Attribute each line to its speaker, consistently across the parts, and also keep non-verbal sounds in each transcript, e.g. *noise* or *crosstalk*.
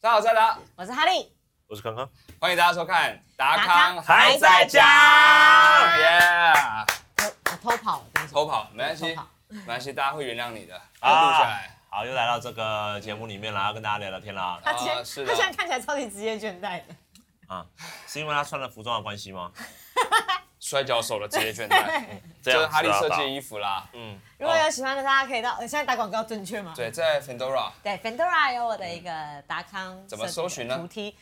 Speaker 1: 家好，我是阿达，
Speaker 2: 我是哈利，
Speaker 3: 我是康康，
Speaker 1: 欢迎大家收看《达
Speaker 2: 达
Speaker 1: 康
Speaker 2: 康
Speaker 1: 还
Speaker 2: 还
Speaker 1: 在
Speaker 2: 在
Speaker 1: 讲
Speaker 2: 讲》
Speaker 1: ，Yeah，
Speaker 2: 我我偷跑了，对不起
Speaker 1: 偷跑没关系
Speaker 2: 偷跑，
Speaker 1: 没关系，大家会原谅你的，会
Speaker 3: 啊
Speaker 1: 录下来。
Speaker 3: 好，又来到这个节目里面了，要跟大家聊聊天啦。
Speaker 2: 他今天、
Speaker 1: 啊是的
Speaker 2: 他现在看起来超级职业倦怠的，
Speaker 3: 啊，是因为他穿了服装的关系 *laughs* 吗？
Speaker 1: 摔跤手的职业倦怠，
Speaker 2: *laughs*
Speaker 3: 这
Speaker 1: 就是
Speaker 3: 样
Speaker 1: 哈利设计
Speaker 3: 衣，
Speaker 1: 衣服啦。
Speaker 3: 嗯，
Speaker 2: 如果有喜欢的，大家可以到、呃现在打广告正确吗？
Speaker 1: 对，在 Fendora
Speaker 2: 对，Fendora 有我的一个达康
Speaker 1: 嗯怎么搜寻呢
Speaker 2: 设计的图梯，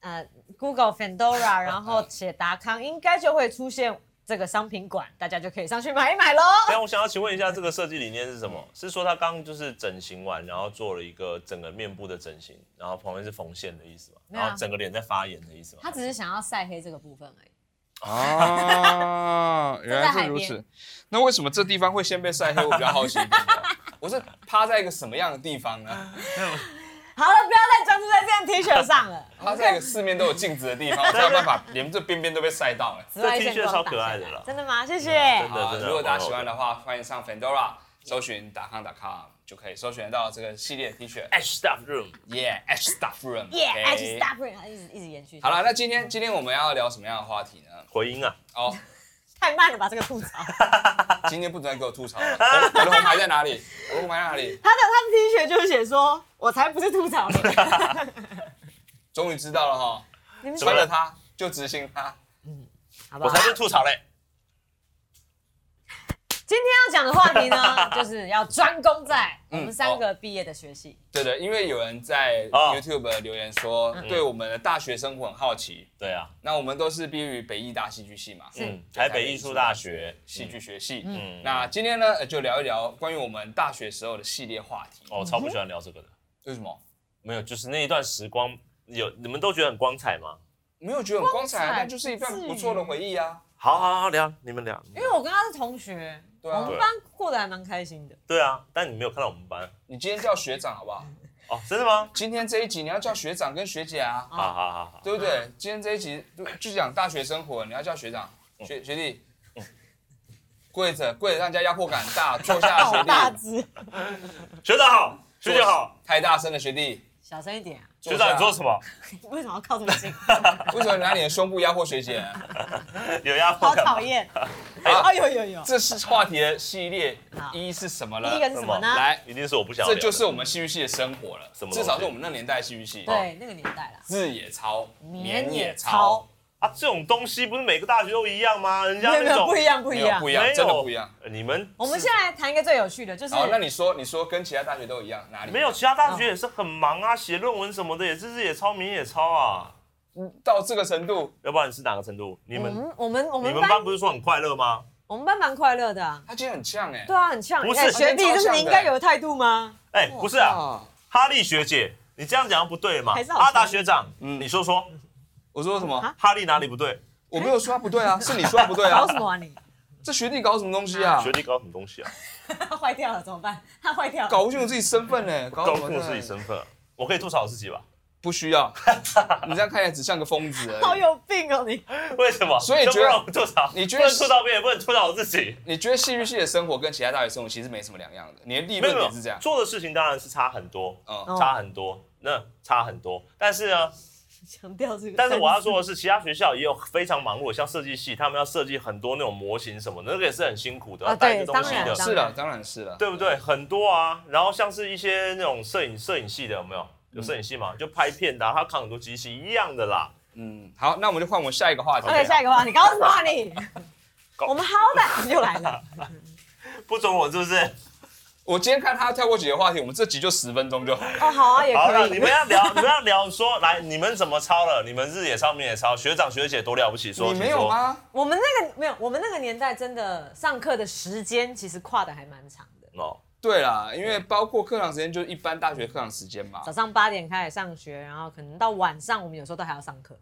Speaker 2: 呃，Google
Speaker 1: *laughs*
Speaker 2: Fendora，然后写达康，应该就会出现这个商品馆，大家就可以上去买一买喽。
Speaker 3: 但我想要请问一下，这个设计理念是什么？是说他刚就是整形完，然后做了一个整个面部的整形，然后旁边是缝线的意思嘛？
Speaker 2: 没有啊
Speaker 3: 然后整个脸在发炎的意思嘛？
Speaker 2: 他只是想要晒黑这个部分而已。 *laughs*
Speaker 1: 啊，原来
Speaker 2: 在
Speaker 1: 是
Speaker 2: 海
Speaker 1: 如
Speaker 2: 边
Speaker 1: 此。那为什么这地方会先被晒黑？我比较好奇一点点。 *laughs* 我是趴在一个什么样的地方呢？
Speaker 2: 好了，不要再专注在这件 T 恤
Speaker 1: *laughs*
Speaker 2: 上了，我
Speaker 1: 趴
Speaker 2: 们
Speaker 1: 在一
Speaker 2: 可
Speaker 1: 个
Speaker 2: 以
Speaker 1: 四面都有镜子的地方，我才有办
Speaker 2: *laughs*
Speaker 1: 法连这边边都被晒到。哎，
Speaker 2: 紫外
Speaker 3: 这 T
Speaker 2: 线
Speaker 3: 恤
Speaker 2: 光
Speaker 3: 超
Speaker 2: 打
Speaker 3: 可
Speaker 2: 下
Speaker 3: 爱
Speaker 2: 来
Speaker 3: 的啦
Speaker 2: 真的吗？谢谢。
Speaker 3: 真的
Speaker 1: 啊，
Speaker 3: 真的。
Speaker 1: 如果大家喜欢的话，欢迎上 Fendora 搜寻打康打康，就可以搜寻到这个系列 T 恤。
Speaker 3: ，H Stuff Room，
Speaker 1: Yeah, H Stuff Room。
Speaker 2: 耶
Speaker 1: OK
Speaker 2: ，H Stop，一直一直延续。
Speaker 1: 好了，那今天今天我们要聊什么样的话题呢？
Speaker 3: 回音啊，
Speaker 1: 哦，
Speaker 3: *laughs*
Speaker 2: 太慢了吧，这个吐槽。
Speaker 1: 今天不准再给我吐槽了。我我的红牌在哪里？我的红牌在哪里？
Speaker 2: 他的他的 T 恤就写说：“我才不是吐槽你，
Speaker 1: 终于知道了哈，
Speaker 2: 你们
Speaker 3: 怎么
Speaker 1: 穿
Speaker 3: 了
Speaker 1: 了它就执行它。
Speaker 2: 好不
Speaker 3: 我
Speaker 2: 好
Speaker 3: 才被吐槽嘞。
Speaker 2: 今天要讲的话题呢，就是要专攻在我们三个毕业的学系。
Speaker 1: 对的，因为有人在
Speaker 3: 哦嗯
Speaker 1: YouTube 留言说，对我们的大学生活很好奇。
Speaker 3: 对啊，
Speaker 1: 那我们都是毕业于北艺大戏剧系嘛，
Speaker 3: 嗯，台北艺术大学
Speaker 1: 戏剧学系。
Speaker 3: 嗯
Speaker 1: 那今天呢，呃就聊一聊关于我们大学时候的系列话题。
Speaker 3: 哦，超不喜欢聊这个的。
Speaker 1: 为什么？
Speaker 3: 没有，就是那一段时光，有你们都觉得很光彩吗？
Speaker 1: 没有觉得很光彩啊，
Speaker 2: 光彩
Speaker 1: 但就是一段不错的回忆啊。
Speaker 3: 好好好聊，你们聊。
Speaker 2: 因为我跟他是同学，
Speaker 1: 对啊
Speaker 2: 我们班过得还蛮开心的。
Speaker 3: 对啊，但你没有看到我们班
Speaker 1: 你今天叫学长好不好？
Speaker 3: 哦，真的吗？
Speaker 1: 今天这一集你要叫学长跟学姐啊，
Speaker 2: 哦
Speaker 3: 好好好好，
Speaker 1: 对不对？今天这一集就就讲大学生活，你要叫学长、
Speaker 3: 嗯
Speaker 1: 学学弟，跪着跪着，让人家压迫感很大，坐下
Speaker 2: 好 *laughs* 大
Speaker 1: 学弟，
Speaker 2: 只，
Speaker 3: 学长好，学姐好，
Speaker 1: 太大声的学弟，
Speaker 2: 小声一点啊！
Speaker 3: 学长你做什么？
Speaker 2: 你为什么要靠这么近？
Speaker 1: 为什么拿你的胸部压迫学
Speaker 3: *laughs*
Speaker 1: 姐？
Speaker 3: 有压迫
Speaker 2: 好
Speaker 3: 感吗
Speaker 2: 讨。厌！
Speaker 1: 好哦
Speaker 2: 哎呦呦呦！
Speaker 1: 这是话题的系列
Speaker 2: 好
Speaker 1: 一是什么呢？
Speaker 2: 第一个是什么呢？
Speaker 1: 来，
Speaker 3: 一定是我不想聊
Speaker 1: 这
Speaker 3: 的。
Speaker 1: 就是我们戏剧系的生活了，
Speaker 3: 什么东西
Speaker 1: 至少是我们那年代的戏剧系。，
Speaker 2: 对，那个年代啦，
Speaker 1: 日野操，
Speaker 2: 棉
Speaker 1: 也
Speaker 2: 也
Speaker 1: 操
Speaker 2: 操，
Speaker 3: 啊，这种东西不是每个大学都一样吗？人家
Speaker 2: 没有没
Speaker 3: 那
Speaker 2: 有
Speaker 3: 种
Speaker 2: 不一样不一
Speaker 1: 没有
Speaker 2: 样
Speaker 1: 不一。
Speaker 3: 没
Speaker 1: 样，
Speaker 3: 有
Speaker 1: 真的不一样。。
Speaker 3: 你们
Speaker 2: 我们现在来谈一个最有趣的，就是
Speaker 1: 好，那你说，你说跟其他大学都一样哪里？
Speaker 3: 没有其他大
Speaker 2: 嗯
Speaker 3: 学也是很忙啊，写论文什么的也是也抄，明也抄啊。
Speaker 1: 到这个程度，
Speaker 3: 要不然你是哪个程度？你
Speaker 2: 我
Speaker 3: 们
Speaker 2: 们我们我
Speaker 3: 你
Speaker 2: 们
Speaker 3: 们
Speaker 2: 班
Speaker 3: 班不是说很快乐吗？
Speaker 2: 我们班蛮快乐的啊。
Speaker 1: 他今天很呛哎。
Speaker 2: 对啊，很像。
Speaker 3: 不是
Speaker 2: 哎学弟，
Speaker 1: 超
Speaker 2: 这是
Speaker 1: 像
Speaker 2: 你应
Speaker 1: 的
Speaker 2: 该有的态度吗？
Speaker 3: 哎，不是啊，
Speaker 1: 啊，
Speaker 3: 哈利学姐，你这样讲不对嘛
Speaker 2: 还是？好
Speaker 3: 阿达
Speaker 2: 笑
Speaker 3: 学长，
Speaker 1: 嗯
Speaker 3: 你说说
Speaker 1: 我说什么
Speaker 2: 啊？哎
Speaker 3: 哈利哪里不对？
Speaker 1: 我没有说他不对啊，是你说他不对啊
Speaker 2: 搞。什么啊你？
Speaker 1: 这学弟搞什么东西啊
Speaker 3: 学？弟搞什么东西啊？
Speaker 2: 他坏掉了怎么办？他坏掉了。
Speaker 1: 搞不清楚自己身份呢，搞
Speaker 3: 高
Speaker 1: 什么
Speaker 3: 控
Speaker 1: 呢
Speaker 3: 自己身份啊，我可以吐槽我自己吧？
Speaker 1: 不需要。你这样看起来只像个疯子
Speaker 2: 好
Speaker 1: 而已。
Speaker 2: 有病哦你！
Speaker 3: *laughs* 为什么？
Speaker 1: 所以
Speaker 3: 都
Speaker 1: 觉
Speaker 3: 不
Speaker 1: 得
Speaker 3: 让我吐槽，
Speaker 1: 你觉
Speaker 3: 不
Speaker 1: 得
Speaker 3: 能吐槽别人，也不能吐槽我自己？
Speaker 1: 你觉得戏剧系的生活跟其他大学生活其实没什么两样的，你的立
Speaker 3: 没
Speaker 1: 论
Speaker 3: 有没
Speaker 1: 点是这
Speaker 3: 有
Speaker 1: 样，。
Speaker 3: 做的事情当然是差很多，
Speaker 1: 嗯，
Speaker 2: 哦
Speaker 3: 差很多，那差很多。但是呢，
Speaker 2: *laughs* 强调这个。
Speaker 3: 但是我要说的是，其他学校也有非常忙碌的，像设计系，他们要设计很多那种模型什么的，那个也是很辛苦的，
Speaker 2: 啊
Speaker 3: 要带
Speaker 2: 对
Speaker 3: 着东西
Speaker 2: 当然
Speaker 3: 的，
Speaker 1: 是了，当然是了。
Speaker 3: 对不对？很多啊，然后像是一些那种摄影摄影系的，有没有？有摄影系嘛？就拍片的啊、他扛很多机器一样的啦。
Speaker 1: 嗯，好，那我们就换我们下一个话题。啊
Speaker 2: OK，下一个话题，搞什么啊你？
Speaker 3: *laughs* 搞
Speaker 2: 我们好歹又来
Speaker 3: *laughs*
Speaker 2: 了，
Speaker 3: 不准我是不是？
Speaker 1: 我今天看他跳过几个话题，我们这集就十分钟就好了。
Speaker 2: 哦好啊也
Speaker 3: 好了，
Speaker 2: 可
Speaker 3: 你
Speaker 2: 以。
Speaker 3: 们要聊，你们要聊说来，你们怎么抄了？你们日也抄，明也抄，学长学姐多了不起说，
Speaker 1: 你没有吗？
Speaker 2: 我们那个没有，我们那个年代真的上课的时间其实跨的还蛮长的，
Speaker 3: 请说？哦，
Speaker 1: 对啦，因为包括课堂时间就是一般大学课堂时间嘛
Speaker 3: 嗯
Speaker 2: 早，上八点开始上学，然后可能到晚上我们有时候都还要上课。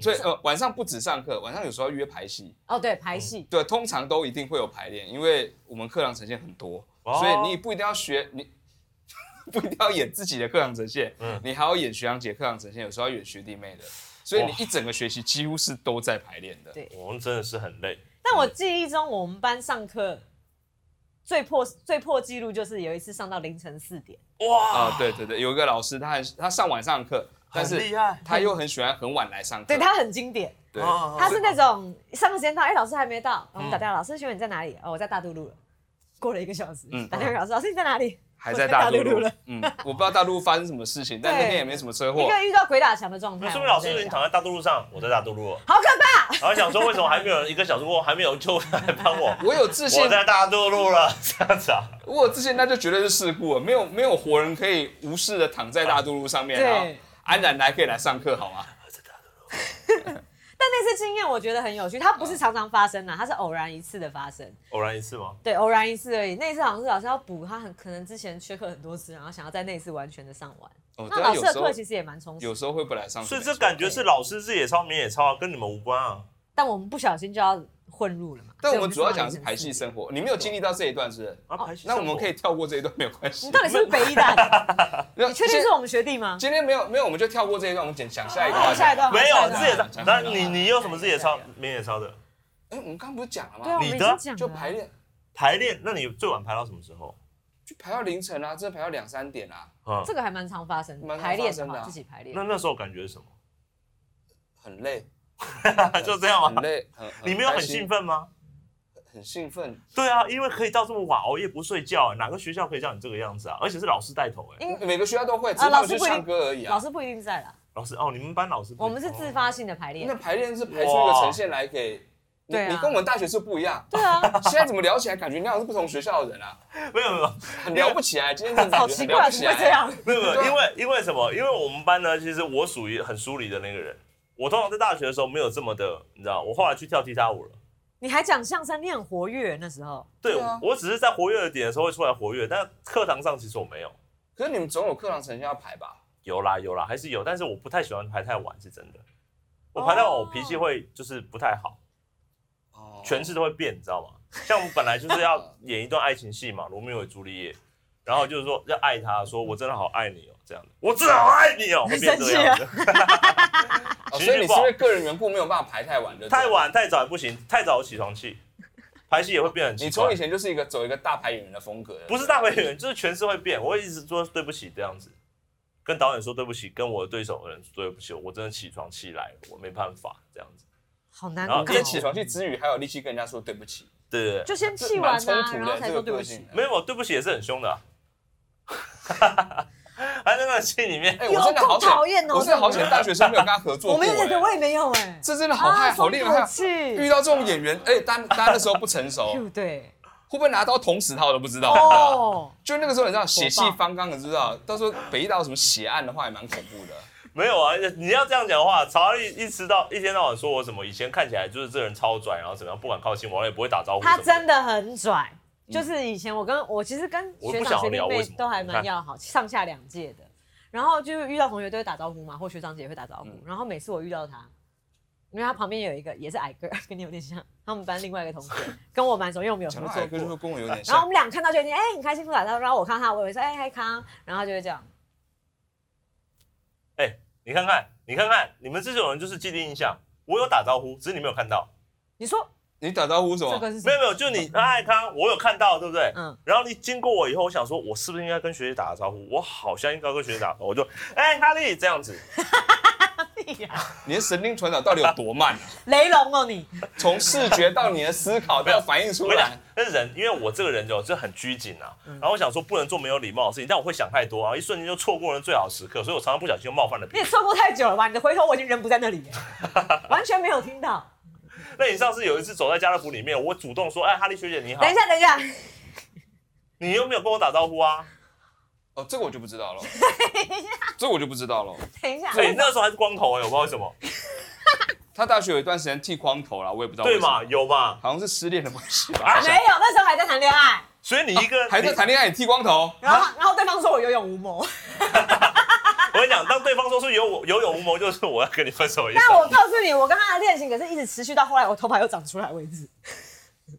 Speaker 1: 所以呃晚上不止上课，晚上有时候要约排戏，
Speaker 2: 哦对，排
Speaker 3: 嗯
Speaker 2: 戏。
Speaker 1: 对，通常都一定会有排练，因为我们课堂呈现很多，
Speaker 3: 哦
Speaker 1: 所以你不一定要学你。 *laughs* 不一定要演自己的课堂呈现，你还要演学长姐课堂呈现，有时候要演学弟妹的，所以你
Speaker 3: 嗯哇
Speaker 1: 一整个学期几乎是都在排练的。
Speaker 2: 对
Speaker 3: 我们真的是很累。
Speaker 2: 但我记忆中我们班上课最破最破纪录就是有一次上到凌晨四点，
Speaker 3: 哇
Speaker 1: 啊，，对对对，有一个老师，他很他上晚上课，但
Speaker 3: 很
Speaker 1: 是
Speaker 3: 厉害
Speaker 1: 他又很喜欢很晚来上课。
Speaker 3: 嗯
Speaker 2: 对他很经典。
Speaker 1: 对
Speaker 3: 哦
Speaker 2: 他是那种上课时间到，哎、老师还没到，
Speaker 1: 嗯
Speaker 2: 我们打电话，老师请问你在哪里？哦，我在大渡路了。过了一个小时，
Speaker 1: 嗯
Speaker 2: 打电话给老师，老师你在哪里？
Speaker 1: 还
Speaker 2: 我
Speaker 1: 在大陆
Speaker 2: 陆
Speaker 1: 路
Speaker 2: 了。。
Speaker 1: 嗯，我不知道大陆发生什么事情，但那
Speaker 2: 对
Speaker 1: 天也没什么车
Speaker 2: 一
Speaker 1: 祸。
Speaker 2: 个遇到鬼打墙的状态，
Speaker 3: 那说明老师
Speaker 2: 我
Speaker 3: 已
Speaker 2: 们在
Speaker 3: 经躺在大渡路上，我在大渡路，
Speaker 2: 想好可怕。
Speaker 3: 然后想说为什么还没有人一个小时过后还没有人就来帮我？
Speaker 1: 我有 *laughs* 自信
Speaker 3: 我，在大渡路了， *laughs* 这样子啊？
Speaker 1: 我有自信，那就绝对是事故了。没有没有活人可以无视的躺在大渡路上面，
Speaker 2: 对
Speaker 1: 然后安然来可以来上课，好吗？
Speaker 2: 但那次经验我觉得很有趣，它不
Speaker 1: 嗯
Speaker 2: 是常常发生啊的，它是偶然一次的发生，
Speaker 3: 偶然一次吗？
Speaker 2: 对，偶然一次而已。那一次好像是老师要补，他很可能之前缺课很多次，然后想要在那一次完全的上完。
Speaker 1: 哦，
Speaker 2: 那
Speaker 1: 对
Speaker 2: 老
Speaker 1: 啊，
Speaker 2: 师
Speaker 1: 有
Speaker 2: 的
Speaker 1: 时候
Speaker 2: 课其实也蛮充实
Speaker 1: 有，时候会不来上课，
Speaker 3: 所以
Speaker 1: 没
Speaker 3: 这
Speaker 1: 错
Speaker 3: 感觉是老师自己也抄，你也抄，跟你们无关啊。
Speaker 2: 但我们不小心就要混入了嘛。
Speaker 1: 但
Speaker 2: 所以
Speaker 1: 我们主
Speaker 2: 就
Speaker 1: 要
Speaker 2: 上到
Speaker 1: 讲的是
Speaker 2: 凌晨
Speaker 1: 排
Speaker 2: 四
Speaker 1: 戏
Speaker 2: 点
Speaker 1: 生活，你没有经历到这一段是不
Speaker 3: 啊，
Speaker 2: 哦
Speaker 3: 排戏
Speaker 1: 是？那我们可以
Speaker 3: 以
Speaker 1: 跳过这一段，没有关系
Speaker 2: 你。到底是不是北
Speaker 1: *laughs*
Speaker 2: 医大？
Speaker 1: 没有
Speaker 2: 你确定是我们学弟吗？
Speaker 1: 今天没有没有，我们就跳过这一段，我们讲讲下一
Speaker 2: 好
Speaker 1: 段。
Speaker 2: 哦下一段
Speaker 3: 没有
Speaker 2: 下
Speaker 3: 自己
Speaker 2: 一
Speaker 3: 的
Speaker 1: 段，
Speaker 3: 那你你有什么自己的抄
Speaker 2: 下一段，
Speaker 3: 没也抄的？
Speaker 1: 哎，我们刚刚不是讲了
Speaker 2: 对啊，
Speaker 1: 吗？
Speaker 2: 我们已
Speaker 3: 你
Speaker 2: 经
Speaker 3: 的
Speaker 2: 讲了
Speaker 1: 就排练，
Speaker 3: 排练，那你最晚排到什么时候？
Speaker 1: 就排到凌晨啊，真的排到两三点啊，
Speaker 3: 啊，
Speaker 2: 这个还蛮常发生的，
Speaker 1: 蛮常
Speaker 2: 排练
Speaker 1: 发生的
Speaker 2: 嘛，
Speaker 1: 啊
Speaker 2: 自己排练
Speaker 3: 那。那时候感觉是什么？
Speaker 1: 很累，
Speaker 3: *laughs* 就这样
Speaker 1: 很
Speaker 3: 吗？
Speaker 1: 累，很
Speaker 3: 你没有很
Speaker 1: 开心
Speaker 3: 兴，奋吗？
Speaker 1: 很兴奋。
Speaker 3: 对啊，因为可以到这么晚熬夜不睡觉，哪个学校可以让你这个样子啊？而且是老师带头哎，
Speaker 2: 因
Speaker 1: 每个学校都会，只
Speaker 2: 啊
Speaker 1: 是他
Speaker 2: 老
Speaker 1: 们
Speaker 2: 师
Speaker 1: 去
Speaker 2: 不一
Speaker 1: 唱
Speaker 2: 定
Speaker 1: 歌而已
Speaker 2: 老
Speaker 1: 啊。
Speaker 2: 师不一定在啦，
Speaker 3: 老师哦，你们班老师不哦
Speaker 2: 我们是自发性的
Speaker 1: 那
Speaker 2: 排练。
Speaker 1: 排练是排出一个呈现来给你，
Speaker 2: *laughs* 对啊
Speaker 1: 你跟我们大学是不一
Speaker 3: *laughs*
Speaker 1: 样。*laughs*
Speaker 2: 对啊，
Speaker 1: 现在怎么聊起来，感觉你好像是不同学校的人啊，
Speaker 3: 哦没有没有
Speaker 1: 很聊不起来。今天这个
Speaker 2: 好
Speaker 1: 感觉
Speaker 2: 奇
Speaker 1: 很聊
Speaker 2: 怪，
Speaker 1: 不
Speaker 2: 怎
Speaker 1: 起
Speaker 2: 么
Speaker 1: 来
Speaker 2: 会这？样？
Speaker 3: 没有没有，因为因为什么？因为我们班呢，其实我属于很疏离的那个人。我通常在大学的时候没有这么的，你知道，我后来去跳踢踏舞了。
Speaker 2: 你还讲相声，你很活跃那时候。
Speaker 3: 对，
Speaker 1: 对啊
Speaker 3: 我只是在活跃的点的时候会出来活跃，但课堂上其实我没有。
Speaker 1: 可是你们总有课堂呈现要排吧？
Speaker 3: 有啦有啦，还是有，但是我不太喜欢排太晚，是真的。我排太晚，
Speaker 2: 哦
Speaker 3: 我脾气会就是不太好，
Speaker 1: 哦，
Speaker 3: 诠释都会变，你知道吗？像我们本来就是要演一段爱情戏嘛，《罗密欧与朱丽叶》，然后就是说要爱他，说我真的好爱你哦，这样的，我真的好爱你哦，会变这个样子。
Speaker 1: 哦
Speaker 3: 情绪
Speaker 1: 所以你是
Speaker 3: 不好
Speaker 1: 因为个人缘故没有办法排太晚的，
Speaker 3: 太。晚太早也不行，太早有起床气，排戏也会变得很奇怪。
Speaker 1: 你从以前就是一个走一个大牌演员的风格，
Speaker 3: 不是大会员，就是诠释会变，我会一直说对不起这样子，跟导演说对不起，跟我的对手的人说对不起，我真的起床气来了，我没办法这样子。
Speaker 2: 好难
Speaker 3: 然后
Speaker 2: 搞，
Speaker 1: 在起床去之余，还有力气跟人家说对不起。
Speaker 3: 对对对，
Speaker 2: 就先气完
Speaker 1: 这蛮
Speaker 2: 啊，
Speaker 1: 冲突的
Speaker 2: 然后才说对不
Speaker 1: 这
Speaker 2: 起
Speaker 1: 个。
Speaker 3: 没有对不起也是很凶的、啊， *laughs* 还在那个戏里面，
Speaker 1: 哎，
Speaker 2: 有
Speaker 1: 我真的好
Speaker 2: 够
Speaker 1: 想，
Speaker 2: 讨厌哦
Speaker 1: 我真的好想大学生没有跟他合作
Speaker 2: 我
Speaker 1: 过。
Speaker 2: 们也对
Speaker 1: 哎
Speaker 2: 我也没有哎，
Speaker 1: 这真的好害，
Speaker 2: 啊
Speaker 1: 好令人害
Speaker 2: 松
Speaker 1: 怕。
Speaker 2: 口气
Speaker 1: *laughs* 遇到这种演员，哎，大家大家那时候不成
Speaker 2: *laughs*
Speaker 1: 熟，
Speaker 2: 对不对？
Speaker 1: 会不会拿刀捅死他我都不知道。
Speaker 2: *laughs* 哦，
Speaker 1: 就那个时候，你知道血气方刚，你知道，到时候北医大有什么血案的话，也蛮恐怖
Speaker 2: *laughs*
Speaker 1: 的。
Speaker 3: 没有啊。你要这样讲的话，曹丽一直到一天到晚说我什么，以前看起来就是这人超拽，然后怎么样，不敢靠近我，也不会打招呼什么
Speaker 2: 他
Speaker 3: 的。
Speaker 2: 真的很拽。就是以前我跟我其实跟
Speaker 3: 我
Speaker 2: 学
Speaker 3: 不
Speaker 2: 长
Speaker 3: 想
Speaker 2: 学弟
Speaker 3: 聊为
Speaker 2: 妹
Speaker 3: 什么
Speaker 2: 都还蛮要好，上下两届的。然后就是遇到同学都会打招呼嘛，或学长姐也会打招呼。
Speaker 3: 嗯
Speaker 2: 然后每次我遇到他，因为他旁边有一个也是矮个儿，跟你有点像，他们班另外一个同
Speaker 3: *laughs*
Speaker 2: 学跟我蛮熟，因为我们有
Speaker 1: 讲
Speaker 2: 合
Speaker 1: 到
Speaker 2: 作
Speaker 1: 矮个
Speaker 2: 过
Speaker 1: 就。会跟我有点
Speaker 2: 然
Speaker 1: 像，
Speaker 2: 后我们俩看到就已经哎、很开心不打招呼，然后我看到他，我也会说哎嗨康，然后他就会这样，
Speaker 3: 哎、你看看，你看看，你们这种人就是既定印象。我有打招呼，只是你没有看
Speaker 2: *laughs*
Speaker 3: 到。
Speaker 2: 你说
Speaker 1: 你打招呼什
Speaker 2: 这
Speaker 1: 么？
Speaker 2: 个是什
Speaker 3: 没有
Speaker 2: 么？
Speaker 3: 没有，就你爱他，我有看到，对不对？
Speaker 2: 嗯
Speaker 3: 然后你经过我以后，我想说，我是不是应该跟学姐打个招呼？我好像应该跟学姐打个招呼，我就哎，哈利这样子，
Speaker 1: 你的神经传导到底有多慢啊？
Speaker 2: 雷龙哦你，
Speaker 1: 从视觉到你的思考，到反应
Speaker 3: 我
Speaker 1: 出
Speaker 2: *laughs*
Speaker 3: 跟你讲
Speaker 1: 来。，
Speaker 3: 那人因为我这个人就就很拘谨啊，
Speaker 2: 嗯
Speaker 3: 然后我想说不能做没有礼貌的事情，但我会想太多，然后一瞬间就错过了最好时刻，所以我常常不小心就冒犯了
Speaker 2: 你
Speaker 3: 别
Speaker 2: 也
Speaker 3: 人。
Speaker 2: 错过太久了吧？你的回头我已经人不在那里了，
Speaker 3: *laughs*
Speaker 2: 完全没有听到。
Speaker 3: 那你上次有一次走在家乐福里面，我主动说，哎，哈利学姐你好
Speaker 2: 等一，下等一下，
Speaker 3: 你又没有跟我打招呼啊？
Speaker 1: 哦，这个我就不知道了，这个我就不知道了。
Speaker 2: 等一下，
Speaker 3: 所以那时候还是光头哎、我不知道为什么，
Speaker 1: 他大学有一段时间剃光头了，我也不知道为
Speaker 3: 对
Speaker 1: 什么
Speaker 3: 嘛，，有嘛，
Speaker 1: 好像是失恋的关系吧。
Speaker 3: 啊
Speaker 2: 没有，那时候还在谈恋爱。
Speaker 3: 所以你 *laughs* 一个
Speaker 1: 啊还在谈恋爱也剃光头，
Speaker 2: 然后，然后对方说我有勇无谋，
Speaker 3: 我跟你讲，当对方说出有我有勇无谋，就是我要跟你分手一样。
Speaker 2: 但我告诉你，我跟他的恋情可是一直持续到后来我头发又长出来为止，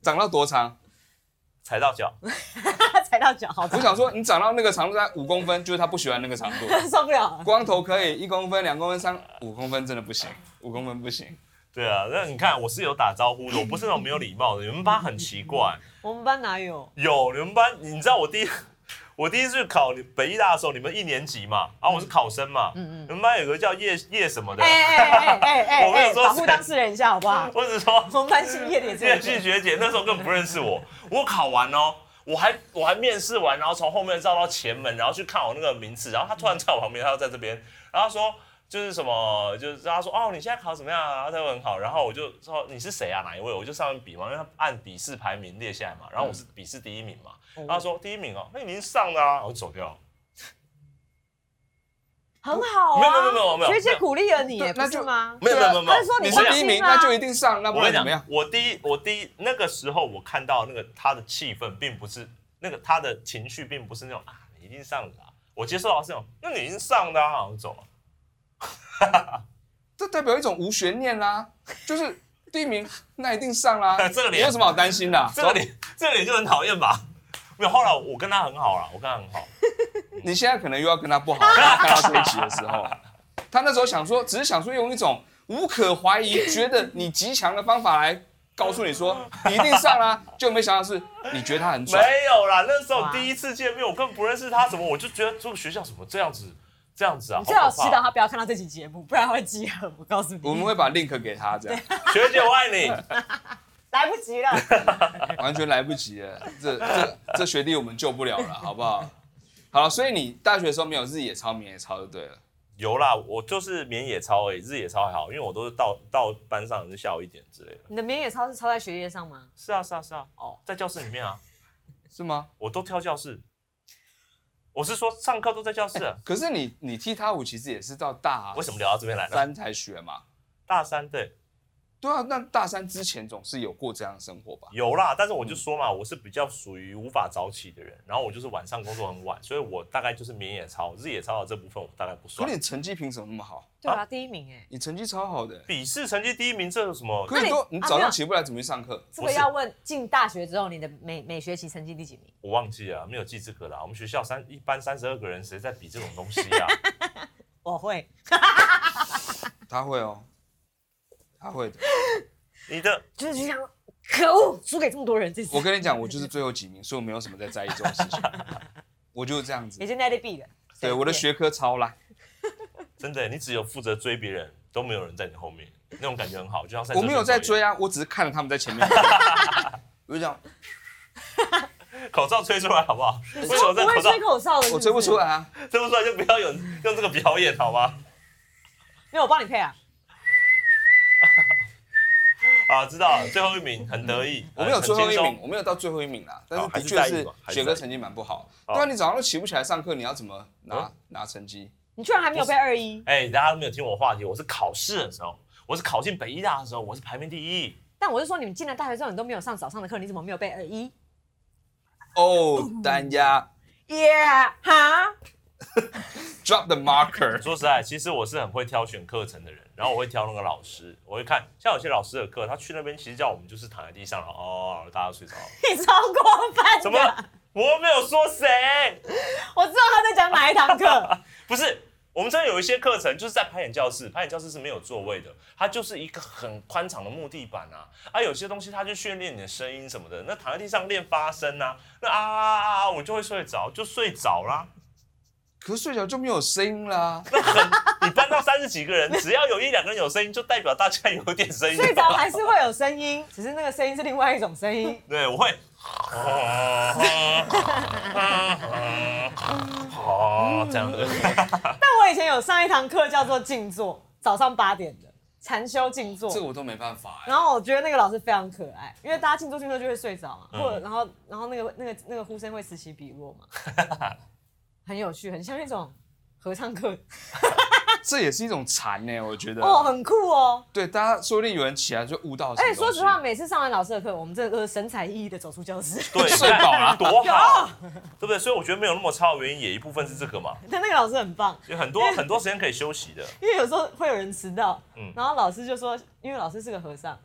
Speaker 1: 长到多长？
Speaker 3: 踩到脚，
Speaker 2: 他踩到脚，好
Speaker 1: 我
Speaker 2: 长，
Speaker 1: 想说，你长到那个长度在五公分，就是他不喜欢那个长
Speaker 3: *laughs*
Speaker 1: 度。
Speaker 2: 受不了了。
Speaker 1: 光头可以一公分、两公分、三五公分，真的不行，五公分不行。
Speaker 3: 对啊，那你看我是有打招呼的，我不是那种没有礼貌的。你们班很奇怪，
Speaker 2: 我们班哪有？
Speaker 3: 有你们班，你知道我第一我第一次考北医大的时候，你们一年级嘛，啊，我是考生嘛，
Speaker 2: 嗯嗯
Speaker 3: 你们班有个叫叶叶什么的，
Speaker 2: 哎哎哎哎哎
Speaker 3: 我没
Speaker 2: 哎，
Speaker 3: 有说
Speaker 2: 保护当事人一下好不好？
Speaker 3: 我只说
Speaker 2: 我们班姓叶的
Speaker 3: *laughs*
Speaker 2: 也是
Speaker 3: 叶
Speaker 2: 有
Speaker 3: 旭
Speaker 2: 个，
Speaker 3: 学姐那时候根本不认
Speaker 2: *laughs*
Speaker 3: 识我，我考完哦，我还我还面试完，然后从后面绕到前门，然后去看我那个名次，然后她突然在我旁边，她就在这边，然后她说就是什么，就是她说哦你现在考怎么样啊？然后她说很好，然后我就说你是谁啊？哪一位？我就上面比嘛，因为她按笔试排名列下来嘛，然后我是笔试第一名嘛，然后她说第一名哦，那您上的啊，我就走掉了。
Speaker 2: 很好啊。
Speaker 3: 没有没有没有没有
Speaker 2: 学姐鼓励了你
Speaker 1: 对，
Speaker 2: 不
Speaker 1: 那就是
Speaker 2: 吗？
Speaker 3: 没有没有没有没有，
Speaker 2: 她是说
Speaker 1: 你
Speaker 2: 你上
Speaker 1: 是第一名，
Speaker 2: 进啦
Speaker 1: 那就一定上，那不
Speaker 3: 我跟
Speaker 1: 然怎
Speaker 3: 你
Speaker 1: 么
Speaker 3: 讲
Speaker 1: 样，？
Speaker 3: 我第一，我第一那个时候我看到那个他的气氛，并不是那个他的情绪，并不是那种啊，你一定上的啊。我接受到是那种，那你已经上的啊，我走了。
Speaker 1: 这代表一种无悬念啦，就是第一名那一定上啦，
Speaker 3: *laughs* 这个
Speaker 1: 你
Speaker 3: 脸
Speaker 1: 有什么好担心的？
Speaker 3: 这个脸，这个脸就很讨厌吧？没有，后来我跟他很好了，我跟他很好。
Speaker 1: 你现在可能又要跟他
Speaker 3: *laughs*
Speaker 1: 不好了。看到这一集的时候，他那时候想说，只是想说用一种无可怀疑、觉得你极强的方法来告诉你说你一定上啦、就没想到是你觉得他很
Speaker 3: 没
Speaker 1: 拽，
Speaker 3: 有啦，那时候
Speaker 2: 哇
Speaker 3: 第一次见面，我根本不认识他，什么我就觉得这个学校怎么这样子，这样子啊，
Speaker 2: 你最好
Speaker 3: 好
Speaker 2: 祈
Speaker 3: 可
Speaker 2: 祷
Speaker 3: 怕。
Speaker 2: 她不要看到这期节目，不然她会记恨。我告诉
Speaker 1: 我们
Speaker 2: 你，
Speaker 1: 会把 link 给他，这样
Speaker 3: 学姐，我爱你。
Speaker 2: 来不及了。
Speaker 1: 完全来不及了。这这这学弟我们救不了了，好不好？好了，所以你大学的时候没有日野操、明野操就对了。
Speaker 3: 有啦，我就是免野操而已，日野操还好，因为我都是到到班上就下午一点之类的。
Speaker 2: 你的免野操是操在学业上吗？
Speaker 3: 是啊，是啊，是啊。
Speaker 2: 哦，
Speaker 3: 在教室里面啊，
Speaker 1: 是吗？
Speaker 3: 我都挑教室。我是说上课都在教
Speaker 1: *laughs*
Speaker 3: 室啊、
Speaker 1: 可是你你踢踏舞其实也是到大
Speaker 3: 为什么聊到这边来呢？
Speaker 1: 三才学嘛？
Speaker 3: 大三对，
Speaker 1: 对啊，那大三之前总是有过这样的生活吧？
Speaker 3: 有啦，但是
Speaker 1: 嗯
Speaker 3: 我就说嘛，我是比较属于无法早起的人，然后我就是晚上工作很晚，所以我大概就是免野操、日野操的这部分我大概不
Speaker 1: 可
Speaker 3: 算
Speaker 1: 你。成绩凭什么那么好？
Speaker 2: 对啊，第一名哎，
Speaker 1: 你成绩超好的、
Speaker 3: 笔试成绩第一名，这有什么？
Speaker 1: 可
Speaker 2: 那
Speaker 1: 你
Speaker 2: 你
Speaker 1: 都你早
Speaker 2: 啊没有
Speaker 1: 上起不来，怎么去上课？
Speaker 2: 这个要问进大学之后你的每每学期成绩第几名？
Speaker 3: 我忘记了，没有记这个啦。我们学校三一般三十二个人，谁在比这种东西啊？ *laughs*
Speaker 2: 我会，
Speaker 1: 他会哦，他会的。
Speaker 3: 你的
Speaker 2: 就是就想，可恶，输给这么多人，这次
Speaker 1: 我跟你讲，我就是最后几名，所以我没有什么在在意这种事情。我就是这样子
Speaker 2: 也，是 Nelly B 的。
Speaker 1: 对我的学科超烂，
Speaker 3: 真的，你只有负责追别人，都没有人在你后面，那种感觉很好，就像赛车
Speaker 1: 我没有在
Speaker 3: 选手一
Speaker 1: 追
Speaker 3: 样，
Speaker 1: 啊，我只是看着他们在前面。 *laughs* 我就讲，
Speaker 3: 口罩吹出来好不好？为
Speaker 2: 你
Speaker 3: 什么
Speaker 2: 超不
Speaker 3: 在口
Speaker 2: 会
Speaker 3: 罩
Speaker 2: 吹口哨的，
Speaker 1: 我追不出
Speaker 2: 来。
Speaker 1: 来啊。
Speaker 3: 这么说就不要有用这个表演好吗？
Speaker 2: 没有，我帮你配啊。
Speaker 3: 啊，知道了，最后一名很得意，
Speaker 1: 嗯
Speaker 3: 哎
Speaker 1: 我没有
Speaker 3: 很
Speaker 1: 最后一
Speaker 3: 轻松
Speaker 1: 名，我没有到最后一名啦，但
Speaker 3: 哦
Speaker 1: 是
Speaker 3: 还
Speaker 1: 的
Speaker 3: 是
Speaker 1: 确
Speaker 3: 在意
Speaker 1: 是
Speaker 3: 嘛还是
Speaker 1: 学
Speaker 3: 在
Speaker 1: 科
Speaker 3: 意
Speaker 1: 成绩蛮不好。
Speaker 3: 哦嗯
Speaker 1: 对啊，你早上都起不起来上课，你要怎么拿拿成绩？
Speaker 2: 你居然还没有被二一，
Speaker 3: 哎、大家都没有听我话题，我是考试的时候，我是考进北医大的时候，我是排名第一。
Speaker 2: 但我是说你们进了大学之后，你都没有上早上的课，你怎么没有被二一？
Speaker 1: 哦，单压
Speaker 2: *laughs* Yeah，哈，
Speaker 1: drop the marker。
Speaker 3: 说实在，其实我是很会挑选课程的人，然后我会挑那个老师，我会看，像有些老师的课，他去那边其实叫我们就是躺在地上，然后哦，大家睡着了，
Speaker 2: 你超过分
Speaker 3: 怎么
Speaker 2: *laughs* 的
Speaker 3: 了。？我又没有说谁，
Speaker 2: 我知道他在讲哪一堂
Speaker 1: *laughs*
Speaker 2: 课，
Speaker 3: 不是，我们真的有一些课程就是在排演教室，排演教室是没有座位的，它就是一个很宽敞的木地板啊。啊，有些东西它就训练你的声音什么的，那躺在地上练发声啊，那啊啊啊啊，我就会睡着，就睡着
Speaker 2: *laughs*
Speaker 3: 啦。
Speaker 1: 可是睡着就没有声音啦。
Speaker 3: 你班上三十几个人，只要有一两个人有声音，就代表大家有点声音。
Speaker 2: 睡着还是会有声音，只是那个声音是另外一种
Speaker 1: *laughs*
Speaker 2: 声音。
Speaker 3: 对，
Speaker 2: *laughs*
Speaker 3: 我会。 *laughs* 哦，这样子。
Speaker 2: 但我以前有上一堂课叫做静坐，早上八点的禅修静坐
Speaker 1: 这。个我都没办法哎、
Speaker 2: 然后我觉得那个老师非常可爱，因为大家静坐静坐就会睡着嘛，或者然后然后那个那个那个呼声会此起彼落嘛，很有趣，很像那种合唱课
Speaker 1: *laughs* 这也是一种馋哎、我觉得。
Speaker 2: 哦，很酷哦。
Speaker 1: 对，大家说不定有人起来就悟到。
Speaker 2: 而且说实话，，每次上完老师的课，我们真的都是神采奕奕的走出教室。
Speaker 3: 对，
Speaker 1: 睡饱了
Speaker 3: 多好，对不对？所以我觉得没有那么差的原因，也一部分是这个嘛，
Speaker 2: 但那个老师很棒，
Speaker 3: 有很多很多时间可以休息的。
Speaker 2: 因为有时候会有人迟到，
Speaker 3: 嗯
Speaker 2: 然后老师就说，因为老师是个和尚，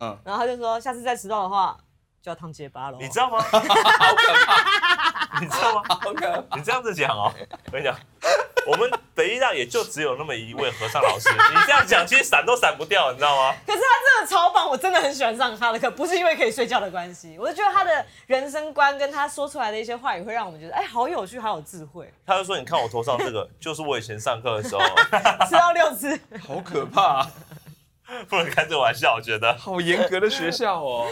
Speaker 1: 嗯，
Speaker 2: 然后他就说下次再迟到的话就要烫结巴了。
Speaker 3: 你知道吗？好可怕！你知道吗？
Speaker 1: 好可怕。
Speaker 3: 你这样子讲哦，我跟你讲，我们北医大也就只有那么一位和尚老师，你这样讲，其实闪都闪不掉，你知道吗？
Speaker 2: 可是他真的超棒，我真的很喜欢上他的课，不是因为可以睡觉的关系，我就觉得他的人生观跟他说出来的一些话语，会让我们觉得，哎、好有趣，好有智慧。
Speaker 1: *laughs*
Speaker 3: 他就说：“你看我头上这个，就是我以前上课的时候， *laughs*
Speaker 2: 吃到六次，
Speaker 1: 好可怕、啊，
Speaker 3: 不能开这玩笑。”我觉得
Speaker 1: 好严格的学校 *laughs* 哦。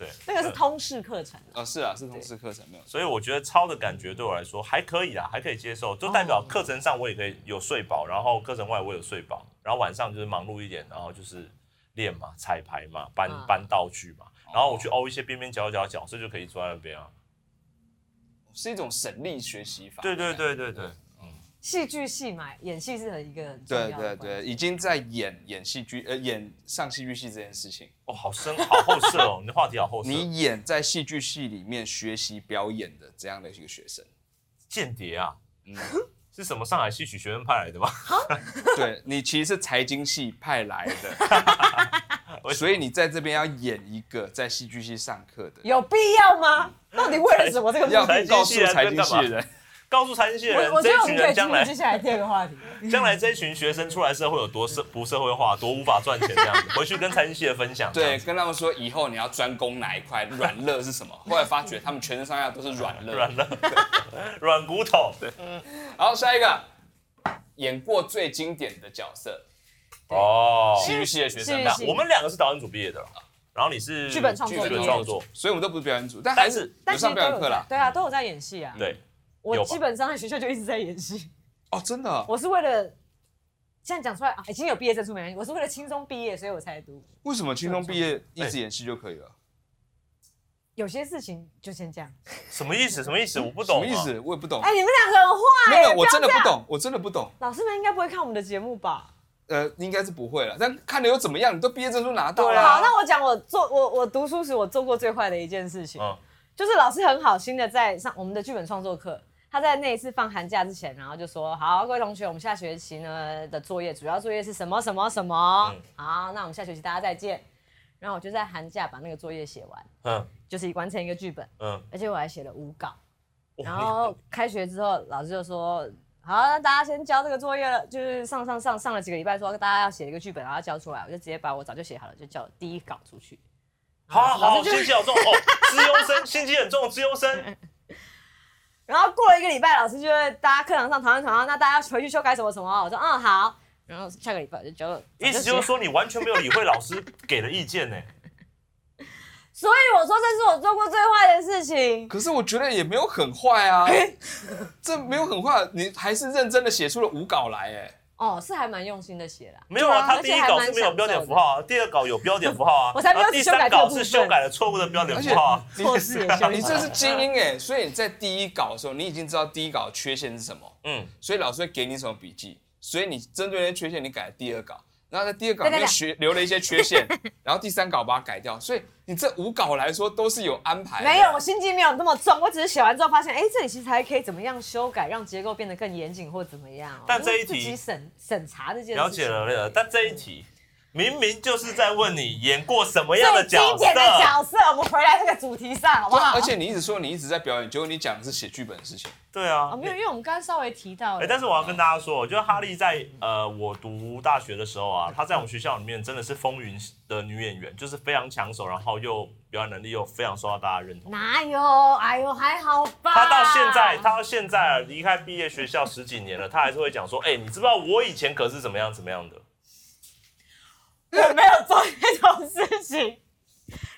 Speaker 3: 对，
Speaker 2: 那个是通识课程。
Speaker 1: 啊，是啊，是通识课程没有错。
Speaker 3: 所以我觉得抄的感觉对我来说还可以啦，还可以接受，就代
Speaker 2: 哦
Speaker 3: 表课程上我也可以有睡饱，然后课程外我有睡饱，然后晚上就是忙碌一点，然后就是练嘛、彩排嘛、搬
Speaker 2: 嗯哦
Speaker 3: 搬道具嘛，然后我去凹一些边边角角角，所以就可以坐在那边啊。
Speaker 1: 是一种省力学习法。
Speaker 3: 对对对对对，
Speaker 2: 嗯戏剧系嘛，演戏是很一个很重
Speaker 1: 对
Speaker 2: 要
Speaker 1: 对
Speaker 2: 的关系。
Speaker 1: 对，已经在演演戏剧呃演上戏剧系这件事 *laughs* 情，
Speaker 3: 哦，好深，好后色哦，你的话题好后色。
Speaker 1: 你演在戏剧系里面学习表演的这样的一个学 *laughs* 生，
Speaker 3: 间谍
Speaker 1: *laughs*
Speaker 3: 啊，
Speaker 1: 嗯，
Speaker 3: 是什么上海戏曲学院派来的吗？ *laughs*
Speaker 1: 对你其实是财经系派来 *laughs* 的，所以你在这边要演一个在戏剧系上课的，
Speaker 2: 有必要吗？到底为了什么这个目
Speaker 1: 嗯 *laughs* 要
Speaker 2: 的？
Speaker 3: 财经
Speaker 1: 告
Speaker 3: 系
Speaker 1: 诉
Speaker 3: 人
Speaker 1: 财
Speaker 3: 在
Speaker 1: 经
Speaker 3: 干
Speaker 1: 系
Speaker 3: 嘛
Speaker 1: 的人，
Speaker 3: 告诉财经系的人
Speaker 2: 我，我觉
Speaker 3: 这
Speaker 2: 得
Speaker 3: 一
Speaker 2: 我们
Speaker 3: 群
Speaker 2: 可
Speaker 3: 人
Speaker 2: 以进
Speaker 3: 将
Speaker 2: 入
Speaker 3: 来
Speaker 2: 接下来第二个话题。
Speaker 3: 将来这一群学生出来社会有多社不社会化，多无法赚钱这样子，回去跟财经系的分享。
Speaker 1: 对，，跟他们说以后你要专攻哪一块，软肋是什 *laughs* 么？后来发觉他们全身上下都是软肋。
Speaker 3: 软了， *laughs* 软骨头。
Speaker 1: 好，下一个，演过最经典的角色，
Speaker 3: 哦，
Speaker 1: 戏剧系的学生
Speaker 2: 戏剧
Speaker 1: 吧
Speaker 2: 系。
Speaker 3: 我们两个是导演组毕业的了，然后你是
Speaker 2: 剧本创作
Speaker 3: 剧本
Speaker 2: 毕业
Speaker 3: 创作，
Speaker 1: 所以我们都不是表演组，但
Speaker 3: 但
Speaker 1: 还
Speaker 3: 是
Speaker 1: 是 *laughs*
Speaker 2: 但
Speaker 1: 有
Speaker 2: 其实
Speaker 1: 上
Speaker 2: 都
Speaker 1: 表
Speaker 2: 有
Speaker 1: 演课
Speaker 2: 在
Speaker 1: 啦，。嗯
Speaker 2: 对啊，都有在演戏啊。
Speaker 3: 对，有
Speaker 2: 我
Speaker 3: 吧
Speaker 2: 基本上在学校就一直在演戏，
Speaker 1: 哦，真的啊？
Speaker 2: 我是为了。现在讲出来啊，已经有毕业证书没关系。我是为了轻松毕业，所以我才读。
Speaker 1: 为什么轻松毕业一直演戏就可以了？
Speaker 2: 有些事情就先这样。
Speaker 3: 什么意思？什么意思？我不
Speaker 1: 什
Speaker 3: 懂
Speaker 1: 么
Speaker 3: 啊
Speaker 1: 意。思？我也不懂
Speaker 2: 哎、。你们两个很坏、
Speaker 1: 哦没
Speaker 2: 欸。
Speaker 1: 有，我
Speaker 2: 不要
Speaker 1: 真的
Speaker 2: 这
Speaker 1: 不
Speaker 2: 样。
Speaker 1: 懂，我真的不懂。
Speaker 2: 老师们应该不会看我们的节目吧？
Speaker 1: 呃，应该是不会了，但看了又怎么样？你都毕业证书拿到
Speaker 3: 对啊
Speaker 1: 了，
Speaker 2: 好，那我讲我做我我读书时我做过最坏的一件事情，
Speaker 3: 嗯，
Speaker 2: 就是老师很好心的在上我们的剧本创作课，他在那一次放寒假之前，然后就说：“好，各位同学，我们下学期呢的作业主要作业是什么什么什么？好，那我们下学期大家再见。”然后我就在寒假把那个作业写完，
Speaker 3: 嗯
Speaker 2: 就是完成一个剧本，
Speaker 3: 嗯，
Speaker 2: 而且我还写了五稿。
Speaker 3: 哇
Speaker 2: 然后开学之后，老师就说：“好，那大家先交这个作业了，就是上上上上了几个礼拜，说大家要写一个剧本，然后要交出来。”我就直接把我早就写好了，就交第一稿出去。
Speaker 3: 好好
Speaker 2: 老师
Speaker 3: 好，
Speaker 2: 就嗯
Speaker 3: 心机好重哦，资优生心机很重，资优生。
Speaker 2: 然后过了一个礼拜，老师就会大家课堂上讨论讨论，那大家回去修改什么什么。我说：“嗯，好。”然后下个礼拜我就交了。
Speaker 3: 意思
Speaker 2: 我写
Speaker 3: 就是说你完全没有理会老师给的意见呢。
Speaker 2: 所以我说这是我做过最坏的事情。
Speaker 1: 可是我觉得也没有很坏啊，这没有很坏，你还是认真的写出了五稿来，哎，
Speaker 2: 哦，是还蛮用心的写啦。
Speaker 3: 没有啊，
Speaker 2: 对
Speaker 3: 他第一稿是没有标点符号啊，第二稿有标点符号啊，
Speaker 2: 我才没有
Speaker 3: 然后第三稿是
Speaker 2: 修改这个部分
Speaker 3: 修改了错误的标点符号啊。
Speaker 2: 错事也
Speaker 3: *laughs*
Speaker 1: *laughs*
Speaker 2: 修
Speaker 1: 你这是精英哎，所以你在第一稿的时候，你已经知道第一稿的缺陷是什么，
Speaker 3: 嗯，
Speaker 1: 所以老师会给你什么笔记，所以你针对那些缺陷，你改了第二稿，然后在第二稿
Speaker 2: 对
Speaker 1: 面
Speaker 2: 对对
Speaker 1: 学留了一些缺陷，然后第三稿把它改掉，所以你这五稿来说都是有安排的。
Speaker 2: 没有，我心机没有那么重，我只是写完之后发现，哎，这里其实还可以怎么样修改，让结构变得更严谨或怎么样、哦。
Speaker 3: 但这一题
Speaker 2: 就是自己审审查这件事情
Speaker 3: 了解了了解了。但这一题明明就是在问你演过什么样的
Speaker 2: 最经
Speaker 3: 角色
Speaker 2: 典，的角色，我们回来这个主题上好不
Speaker 1: 对啊，
Speaker 2: 好？
Speaker 1: 而且你一直说你一直在表演，结果你讲的是写剧本的事情。
Speaker 3: 对啊
Speaker 2: 哦，，没有，因为我们刚刚稍微提到了，
Speaker 3: 哎，但是我要跟大家说，我觉得哈利在呃我读大学的时候啊，她在我们学校里面真的是风云的女演员，就是非常抢手，然后又表演能力又非常受到大家认 *laughs* 同。
Speaker 2: 哪有？哎呦，还好吧。
Speaker 3: 她到现在，她到现在啊离开毕业学校十几年了，她还是会讲说，哎，你知不知道我以前可是怎么样怎么样的？
Speaker 2: 我没有做那种事情。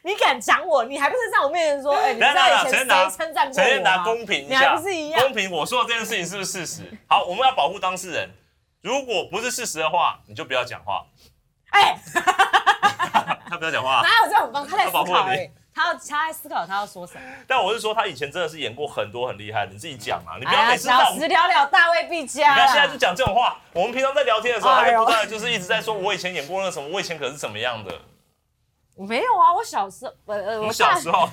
Speaker 2: 你敢讲我？你还不是在我面前说，哎、你
Speaker 3: *laughs* 等一下等一下
Speaker 2: 知道以
Speaker 3: 陈
Speaker 2: 前谁称
Speaker 3: 建达
Speaker 2: 赞过
Speaker 3: 陈
Speaker 2: 我
Speaker 3: 建达
Speaker 2: 吗？
Speaker 3: 公平一
Speaker 2: 你
Speaker 3: 下，
Speaker 2: 还不是一样？
Speaker 3: 公平，我说的这件事情是不是事实？ *laughs* 好，我们要保护当事人。如果不是事实的话，你就不要讲话。 *laughs*
Speaker 2: 哎、
Speaker 3: 他不要
Speaker 2: *laughs*
Speaker 3: 讲话，
Speaker 2: 哪有这种方？他在思
Speaker 3: 他
Speaker 2: 考
Speaker 3: 保护
Speaker 2: 而
Speaker 3: 你
Speaker 2: 已，他要他在思考他要说什么。
Speaker 3: 但我是说，他以前真的是演过很多很厉害的，你自己讲啊，你不要
Speaker 2: 哎呀，
Speaker 3: 每次到
Speaker 2: 小
Speaker 3: 我
Speaker 2: 时
Speaker 3: 们，
Speaker 2: 了了，大未必
Speaker 3: 不
Speaker 2: 佳
Speaker 3: 要现在
Speaker 2: 啦
Speaker 3: 就。讲这种话。我们平常在聊天的时候，他
Speaker 2: 哎呦
Speaker 3: 就不断地就是一直在说，我以前演过那个什么，我以前可是怎么样的。
Speaker 2: 我没有啊，我小时候，呃呃，
Speaker 3: 我
Speaker 2: 我
Speaker 3: 们小
Speaker 2: 大
Speaker 3: 时候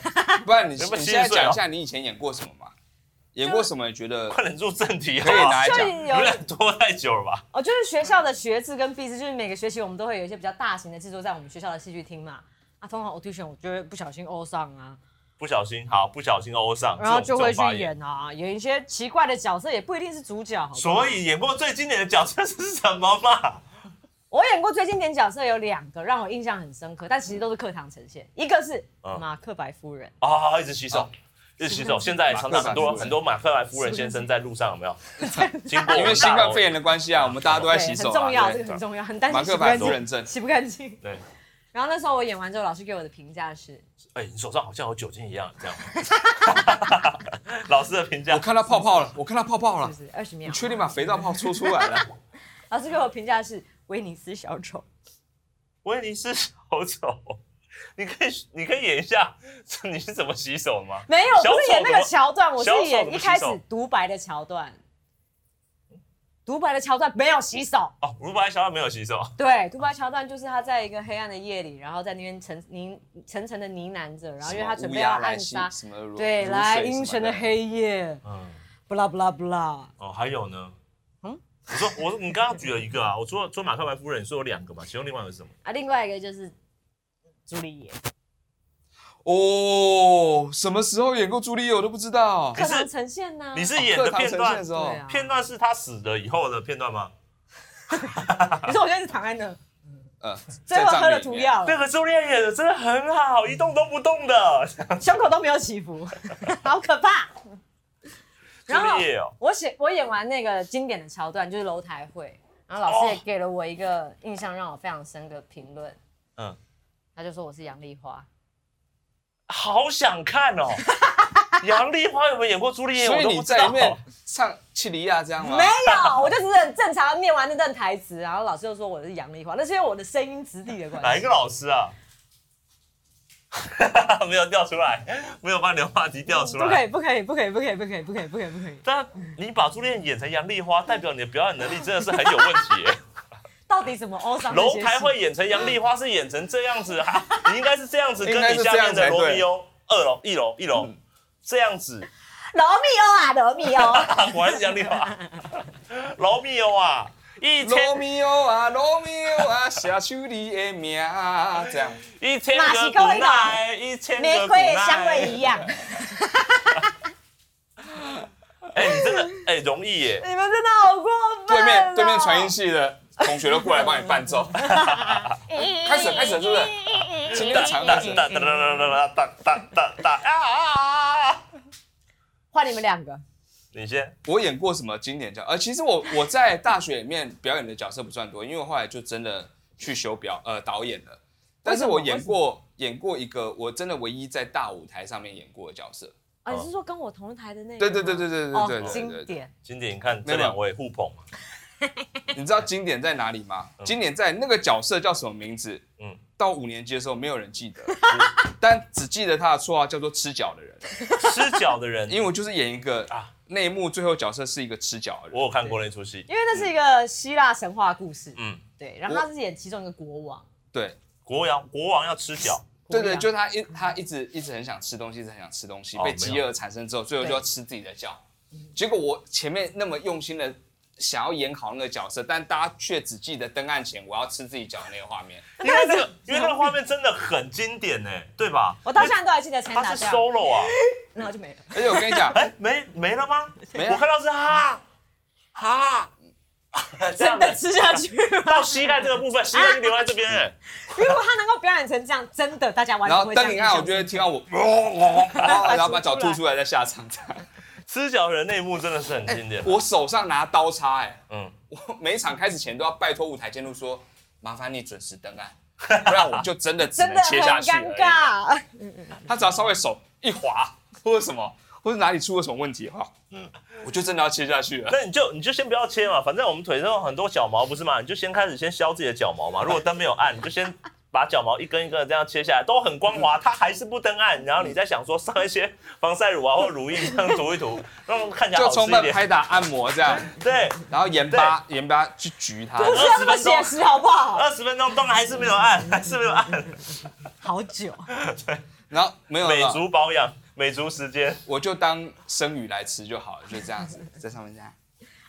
Speaker 1: 不然你
Speaker 3: 有没有
Speaker 1: 你
Speaker 3: 七
Speaker 1: 现在
Speaker 3: 十岁
Speaker 1: 讲
Speaker 3: 哦
Speaker 1: 一下你以前演过什么嘛？演过什么？你觉得
Speaker 3: 快点入正题好
Speaker 1: 可以
Speaker 3: 不好
Speaker 1: 拿来
Speaker 2: 就
Speaker 1: 讲？
Speaker 3: 你们
Speaker 2: 有
Speaker 3: 俩拖太久了吧？
Speaker 2: 哦，就是学校的学制跟毕制，就是每个学期我们都会有一些比较大型的制作在我们学校的戏剧厅嘛。啊，通常 audition 我就会不小心欧上啊，
Speaker 3: 不小心好，不小心欧上，
Speaker 2: 然后
Speaker 3: 这种
Speaker 2: 就会
Speaker 3: 这
Speaker 2: 去
Speaker 3: 种发言
Speaker 2: 演啊，有一些奇怪的角色也不一定是主角。好不好
Speaker 3: 所以演过最经典的角色是什么嘛？
Speaker 2: 我演过最经典角色有两个让我印象很深刻，但其实都是课堂呈现。一个是
Speaker 3: 嗯
Speaker 2: 马克白夫人，
Speaker 3: 啊、一直洗手，一直洗手。现在常常很多
Speaker 1: 马克白夫人
Speaker 3: 很多马克白夫人先生在路上有没有？经过
Speaker 1: 因为新冠肺
Speaker 3: 炎，
Speaker 1: 炎的关系啊，我们大家都在
Speaker 2: 对，
Speaker 1: 洗手
Speaker 2: 很重要，
Speaker 1: 啊。
Speaker 2: 这
Speaker 1: 对
Speaker 2: 个很重要，很担
Speaker 1: 马
Speaker 2: 心洗
Speaker 1: 克
Speaker 2: 不
Speaker 1: 版
Speaker 2: 干
Speaker 1: 夫
Speaker 2: 净，
Speaker 1: 人证，
Speaker 2: 洗不干净。
Speaker 3: 对，
Speaker 2: 然后那时候我演完之后，老师给我的评价是，
Speaker 3: 哎、你手上好像有酒精一样，这样。 *laughs* 老师的评价
Speaker 1: 我，看到泡泡了，我看到泡泡
Speaker 2: 是
Speaker 1: 了
Speaker 2: 不，是二十秒
Speaker 1: 啊
Speaker 2: 嗯
Speaker 1: 你？确定把肥皂泡搓出来了？
Speaker 2: 老师给我评价是威尼斯小丑，
Speaker 3: 威尼斯小丑，你可以你可以演一下，你是怎么洗手吗？
Speaker 2: 没有，
Speaker 3: 小丑
Speaker 2: 不是演那
Speaker 3: 怎
Speaker 2: 个
Speaker 3: 么
Speaker 2: 桥段，我是
Speaker 3: 小丑怎
Speaker 2: 演
Speaker 3: 么
Speaker 2: 一开
Speaker 3: 洗
Speaker 2: 始
Speaker 3: 手
Speaker 2: 独白的桥段。独白的桥段没有洗手，
Speaker 3: 哦，如白小姐没有洗手，
Speaker 2: 对，独白桥段就是他在一个黑暗的夜里，然后在那边沉呢沉沉的呢喃着，然后因为他准备要暗杀，
Speaker 1: 什么乌鸦来袭什么如
Speaker 2: 对，
Speaker 1: 如
Speaker 2: 来
Speaker 1: 水什么
Speaker 2: 阴沉的黑夜，
Speaker 3: 嗯，
Speaker 2: 不啦不啦不啦，
Speaker 3: 哦，还有呢，嗯
Speaker 2: 嗯，
Speaker 3: 我说我说你刚刚举了一个啊，我说说马克白夫人，你说有两个嘛，其中另外一个是什么？
Speaker 2: 啊，另外一个就是朱丽叶，
Speaker 1: 哦，什么时候演过朱丽叶我都不知道。
Speaker 2: 课堂呈现呢、
Speaker 1: 嗯
Speaker 3: 你是演的
Speaker 1: 哦课
Speaker 3: 片
Speaker 1: 堂呈现
Speaker 3: 段
Speaker 1: 的时，候
Speaker 2: 对，啊
Speaker 3: 片段是他死了以后的片段吗？
Speaker 2: 你说我现在是躺在那，
Speaker 1: 呃，
Speaker 2: 最后
Speaker 1: 在
Speaker 2: 喝
Speaker 1: 葬礼
Speaker 2: 了
Speaker 1: 里
Speaker 2: 涂
Speaker 1: 面，
Speaker 2: 药
Speaker 3: 那
Speaker 2: 了，
Speaker 3: 个朱丽叶演的真的很好，
Speaker 1: 嗯
Speaker 3: 一动都不
Speaker 1: *laughs*
Speaker 3: 动的。
Speaker 2: 胸口都没有起 *laughs* 伏，好可怕。
Speaker 3: 朱
Speaker 2: 然后
Speaker 3: 丽叶哦，
Speaker 2: 我写我演完那个经典的桥段就是楼台会，然后老师也给了我一个印象让我非常深的评论，
Speaker 3: 嗯，
Speaker 2: 他就说我是杨丽花，
Speaker 3: 好想看
Speaker 1: *laughs*
Speaker 3: 哦。杨丽花有没有演过朱丽叶？
Speaker 1: 所
Speaker 3: 我
Speaker 1: 以
Speaker 3: 都
Speaker 1: 你
Speaker 3: 不知
Speaker 1: 在
Speaker 3: 道
Speaker 1: 里。面唱气里亚这样吗
Speaker 2: 没？ *laughs* 有，我就只是很正常地念完那段台词，然后老师就说我是杨丽花，那是因为我的声音质地的关系。
Speaker 3: *laughs* 哪一个老师啊？ *laughs* 没有调出来，没有把你的话题调出
Speaker 1: 嗯
Speaker 2: 不可
Speaker 3: 来。
Speaker 2: 以，不可以，不可以，不可以，不可以，不可以，不可以，不可以。
Speaker 3: 但你把朱丽叶演成杨丽花，代表你的表演能力真的是很有问题
Speaker 1: *laughs*
Speaker 3: 耶。
Speaker 2: 到底什么哦欧桑？
Speaker 3: 楼台会演成杨丽花是演成这样
Speaker 1: *laughs*
Speaker 3: 子，啊、你应该是这样子，跟
Speaker 1: 应该
Speaker 3: 你
Speaker 1: 是
Speaker 3: 下
Speaker 1: 这样
Speaker 3: 面
Speaker 1: 才
Speaker 3: 的
Speaker 1: 对嗯
Speaker 3: 罗密欧二楼、一楼、一楼、这样子，
Speaker 2: 罗密欧啊，罗密欧，
Speaker 1: *laughs*
Speaker 3: 啊、我还是杨丽 *laughs* 花，罗密欧啊，一
Speaker 1: 罗
Speaker 3: 千
Speaker 1: 密欧啊，罗密欧啊，写出你的名啊，这
Speaker 2: *laughs*
Speaker 1: 样。
Speaker 3: 一千
Speaker 2: 马
Speaker 3: 个
Speaker 2: 戏
Speaker 3: 古
Speaker 2: 跟我一样
Speaker 3: 奈，一千
Speaker 2: 玫
Speaker 3: 个古
Speaker 2: 瑰的香
Speaker 3: 奈
Speaker 2: 味一。样。
Speaker 3: 哎、你真的哎、容易
Speaker 2: *laughs*
Speaker 3: 耶，
Speaker 2: 你们真的好过分、
Speaker 1: 对
Speaker 2: 啊
Speaker 1: 面对面传音，系的同学都过来帮你伴奏，开始了开始了是不
Speaker 2: *laughs*
Speaker 1: 是？今天的长
Speaker 3: 哒
Speaker 1: 大
Speaker 3: 哒哒哒哒哒哒哒哒哒啊啊啊！
Speaker 2: 换你们两个，
Speaker 3: 你先，
Speaker 1: 我演过什么经典角？呃，其实我我在大学里面表演的角色不算多，因为我后来就真的去修表呃导演了。但是我演过演过一个我真的唯一在大舞台上面演过的角色。
Speaker 2: 哦，你是说跟我同台的那个
Speaker 1: 对
Speaker 2: 吗？
Speaker 1: 对对对对对
Speaker 2: 哦
Speaker 1: 对对
Speaker 2: 经
Speaker 1: 对对。
Speaker 2: 典。
Speaker 3: 经典，你看这两位互捧嘛，啊
Speaker 1: 你知道经典在哪里吗？经典在那个角色叫什么名字？
Speaker 3: 嗯
Speaker 1: 嗯，到五年级的时候没有人记得， *laughs* 但只记得他的绰号叫做吃脚的人，
Speaker 3: 吃脚的
Speaker 1: *laughs*
Speaker 3: 人，
Speaker 1: 因为我就是演一个
Speaker 3: 啊
Speaker 1: 内幕最后角色是一个吃脚的人。
Speaker 3: 我有看过那出戏
Speaker 2: 因，为那是一个希腊神话故事，
Speaker 3: 嗯，
Speaker 2: 对，然后他是演其中一个国王，
Speaker 1: 对
Speaker 3: 国王国王要吃脚，
Speaker 2: 啊
Speaker 1: 对对，就是他一他一直一直很想吃东西，一直很想吃东西，
Speaker 3: 哦
Speaker 1: 被饥饿产生之后，最后就要吃自己的脚。结果我前面那么用心的想要演好那个角色，但大家却只记得登岸前我要吃自己脚的那个画面。
Speaker 3: 因为那个因为那个画面真的很经典呢，对吧？
Speaker 2: 我到现在都还记得前
Speaker 3: 他
Speaker 2: 打
Speaker 3: 是
Speaker 2: 架，
Speaker 3: solo 啊，
Speaker 2: 然后
Speaker 1: *laughs*
Speaker 2: 就没了。
Speaker 1: 而且我跟你讲，
Speaker 3: 哎，没没了吗？
Speaker 1: 没了
Speaker 3: 我看到是哈 *laughs* 哈，这样
Speaker 2: 真的
Speaker 3: 的
Speaker 2: 吃下去吗？
Speaker 3: 到膝盖这个部分，膝盖就留在这边，哎，
Speaker 2: 如果他能够表演成这样，真的大家
Speaker 1: *laughs*
Speaker 2: 完全
Speaker 1: 然后
Speaker 2: 不会这
Speaker 1: 灯
Speaker 2: 样
Speaker 1: 一
Speaker 2: 印
Speaker 1: 暗，
Speaker 2: 象
Speaker 1: 我
Speaker 2: 深刻。
Speaker 1: 就会听到我， *laughs* 然后把脚
Speaker 2: 吐出来
Speaker 1: 吐出来再下场。
Speaker 3: 吃脚的人那一幕真的是很经典，
Speaker 1: 我手上拿刀叉，哎，
Speaker 3: 嗯，
Speaker 1: 我每场开始前都要拜托舞台监督说，麻烦你准时登岸，不然我就真的只
Speaker 2: 真
Speaker 1: 能
Speaker 2: 的
Speaker 1: 切
Speaker 2: 很
Speaker 1: 下去
Speaker 2: 尴
Speaker 1: 了。 *laughs*
Speaker 2: 尬，
Speaker 1: 他只要稍微手一滑， *laughs* 或者什么，或者哪里出了什么问题哈，
Speaker 3: 嗯
Speaker 1: 我就真的要切下
Speaker 3: *laughs*
Speaker 1: 去了。
Speaker 3: 那你就你就先不要切嘛，反正我们腿上有很多脚毛，不是嘛？你就先开始先削自己的脚毛嘛。如果灯没有按，你就先把脚毛一根一根的这样切下来，都很光滑，它还是不登按。然后你再想说上一些防晒乳啊或乳液这样涂一涂，让它看起来
Speaker 1: 就
Speaker 3: 好吃
Speaker 1: 充
Speaker 3: 一
Speaker 1: 分
Speaker 3: 点。
Speaker 1: 拍打按摩这样，
Speaker 3: *laughs* 对，
Speaker 1: 然后盐巴盐巴去焗它。
Speaker 2: 不需要那么写实，好不好？
Speaker 3: 二十分钟灯还是没有按，还是没有
Speaker 1: *laughs*
Speaker 3: 按。
Speaker 1: 啊
Speaker 2: 好久，
Speaker 1: 然后没有没
Speaker 3: 美
Speaker 1: 有，
Speaker 3: 足保养，美足时间，
Speaker 1: 我就当生鱼来吃就好了，就这样
Speaker 3: *laughs*
Speaker 1: 子在上面这样。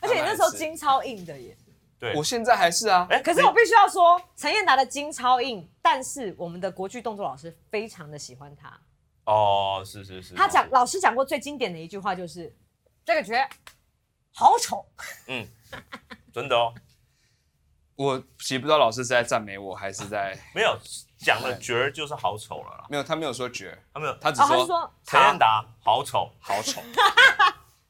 Speaker 2: 而且你那时候
Speaker 1: 慢慢吃
Speaker 2: 筋超硬的耶。
Speaker 3: 对
Speaker 1: 我。现在还是啊，
Speaker 3: 哎
Speaker 2: 可是我必须要说，陈燕达的筋超硬，但是我们的国剧动作老师非常的喜欢他，
Speaker 3: 哦，是是是，
Speaker 2: 他讲老师讲过最经典的一句话就是：“这个觉好丑。
Speaker 3: 真的哦，
Speaker 1: 我其实不知道老师是在赞美我还是在
Speaker 3: 没有讲了角儿就是好丑了啦，
Speaker 1: 没有，他没有说绝，
Speaker 3: 他没有
Speaker 1: 他”只
Speaker 2: 哦然后他就
Speaker 1: 说
Speaker 2: 说
Speaker 3: 陈彦达好丑，
Speaker 1: 好丑。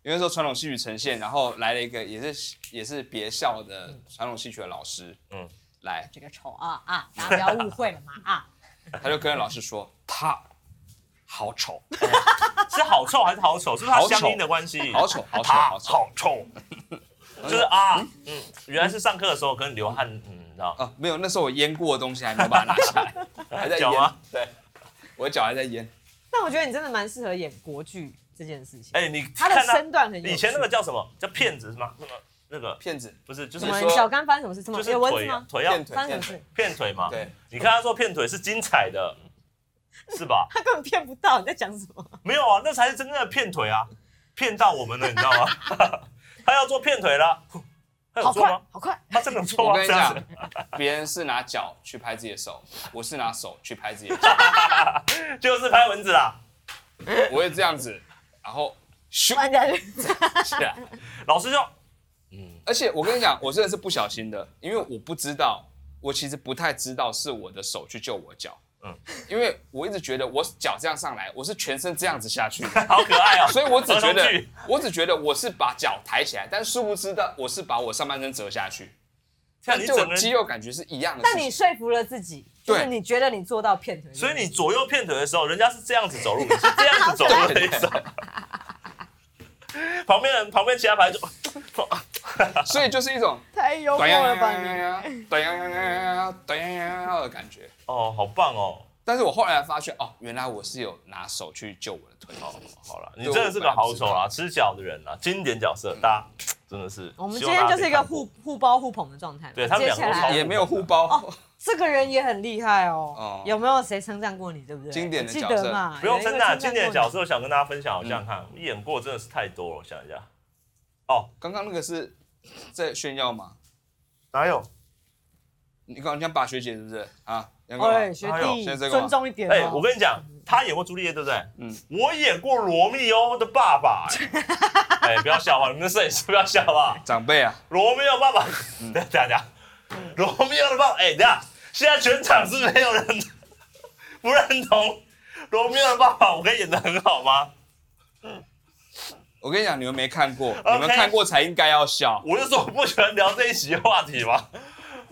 Speaker 1: 因为说传统戏曲呈现，然后来了一个也是也是别校的传统戏曲的老师，嗯
Speaker 3: 嗯，
Speaker 1: 来：“
Speaker 2: 这个丑啊啊，大家不要误会了嘛
Speaker 3: *laughs*
Speaker 2: 啊
Speaker 1: 他就跟老师说他好
Speaker 3: *laughs*
Speaker 1: 丑，
Speaker 3: 哎是好臭还是好丑？是不是他
Speaker 1: 好丑
Speaker 3: 乡音的关系？
Speaker 1: 好丑，好丑，
Speaker 3: 他
Speaker 1: 好丑。
Speaker 3: 好臭，就是啊，嗯，原来是上课的时候跟流汗，嗯，你知道，
Speaker 1: 啊，没有，那时候我腌过的东西还没有把它拿下
Speaker 3: *laughs*
Speaker 1: 来，还在
Speaker 3: 脚
Speaker 1: 腌
Speaker 3: 吗，
Speaker 1: 对，我脚还在腌。！”
Speaker 2: 但我觉得你真的蛮适合演国剧这件事情，
Speaker 3: 哎，你
Speaker 2: 他的
Speaker 3: 看到
Speaker 2: 身段很有趣
Speaker 3: 以前那个叫什么？叫骗子是吗？那个那个
Speaker 1: 骗子，
Speaker 3: 不是，就
Speaker 2: 什
Speaker 3: 是
Speaker 1: 你
Speaker 2: 么
Speaker 1: 说
Speaker 2: 小刚发生什么事？什么
Speaker 3: 就是
Speaker 2: 有蚊子
Speaker 3: 腿啊
Speaker 2: 吗？
Speaker 3: 腿要
Speaker 1: 骗腿，
Speaker 2: 发生什
Speaker 1: 骗
Speaker 2: 么
Speaker 1: 腿
Speaker 2: 事，？
Speaker 3: 骗腿嘛？
Speaker 1: 对，
Speaker 3: 你看他说骗腿是精彩的，是吧？
Speaker 2: 他根本骗不到，你在讲什么？
Speaker 3: 没有啊，那才是真正的骗腿啊，骗到我们了，你知道吗？ *laughs* 他要做骗腿了， *laughs* *laughs* 他有
Speaker 2: 好
Speaker 3: 做
Speaker 2: 快
Speaker 3: 吗？，
Speaker 2: 好快！
Speaker 3: 他真的有做
Speaker 1: 我
Speaker 3: 吗？
Speaker 1: 跟你
Speaker 3: 这样
Speaker 1: 讲
Speaker 3: 子，，
Speaker 1: 别人是拿脚去拍自己的手，我是拿手去拍自己的脚，
Speaker 3: 就是拍蚊子啊啦。
Speaker 1: 我会这样子，然后咻
Speaker 2: 玩家就
Speaker 1: 起来。
Speaker 3: 老师就
Speaker 1: 而且我跟你讲，我真的是不小心的，因为我不知道，我其实不太知道是我的手去救我脚。嗯
Speaker 3: 嗯，
Speaker 1: 因为我一直觉得我脚这样上来，我是全身这样子下去的，
Speaker 3: 好可爱哦、
Speaker 1: 所以我只觉得
Speaker 3: 儿童剧，
Speaker 1: 我只觉得我是把脚抬起来，但殊不知的，我是把我上半身折下去，
Speaker 3: 像你
Speaker 1: 就
Speaker 3: 整个
Speaker 1: 我肌
Speaker 3: 人，
Speaker 1: 肉感觉是一样的事
Speaker 2: 但
Speaker 1: 情。
Speaker 2: 你说服了自己，就是
Speaker 1: 对
Speaker 2: 你觉得你做到骗腿，
Speaker 3: 所以你左右骗腿的时候，人家是这样子走路，你是这样子走路的意思哦。旁边人，旁边其他牌就，
Speaker 1: 所以就是一种
Speaker 2: 太幽默
Speaker 1: 短呀
Speaker 2: 了
Speaker 1: 呀
Speaker 2: 吧
Speaker 1: 呀
Speaker 3: 啊
Speaker 2: 你！
Speaker 1: 呀，短呀呀呀呀，短呀呀呀的感觉。
Speaker 3: 哦，好棒哦。
Speaker 1: 但是我后来发现，哦，原来我是有拿手去救我的腿。
Speaker 3: 好了，你真的是个好手啊，吃脚的人啊，经典角色，大家真的是。
Speaker 2: 我们
Speaker 3: 希
Speaker 2: 今
Speaker 3: 望
Speaker 2: 天
Speaker 3: 大家
Speaker 2: 就是一个
Speaker 3: 可以看过
Speaker 2: 互互包互捧的状态嘛。
Speaker 3: 对他们
Speaker 2: 接
Speaker 3: 两个
Speaker 2: 下
Speaker 3: 都超
Speaker 2: 来
Speaker 1: 也没有互包，
Speaker 2: 这个人也很厉害哦。
Speaker 1: 哦
Speaker 2: 有没有谁称赞过你？对不对？
Speaker 1: 经典的
Speaker 2: 记
Speaker 1: 角色
Speaker 2: 得嘛？
Speaker 3: 不用称赞，经典的角
Speaker 2: 色。
Speaker 3: 色，我想跟大家分享，我想想看，我演过真的是太多了，我想一下，哦，
Speaker 1: 刚刚那个是在炫耀吗？
Speaker 3: 哪有？
Speaker 1: 你刚刚讲把学姐是不是啊？杨哥，
Speaker 2: 哎，学
Speaker 3: 哎
Speaker 1: 呦，
Speaker 2: 弟
Speaker 1: 先这个吧
Speaker 2: 尊重一点哦。
Speaker 3: 哎，我跟你讲，他演过朱丽叶，对不对？
Speaker 1: 嗯
Speaker 3: 嗯，我演过罗密欧的爸爸。哎，哎不要笑啊！你们的摄影师不要笑啊！
Speaker 1: 长辈啊，
Speaker 3: 罗密欧爸爸， *laughs* 等一下等一下，罗密欧的爸爸，哎，等一下，现在全场是没有人不认同罗密欧的爸爸，我可以演的很好吗？
Speaker 1: 我跟你讲，你们没看过，你们看过才应该要笑。
Speaker 3: 我就说我不喜欢聊这一期话题嘛，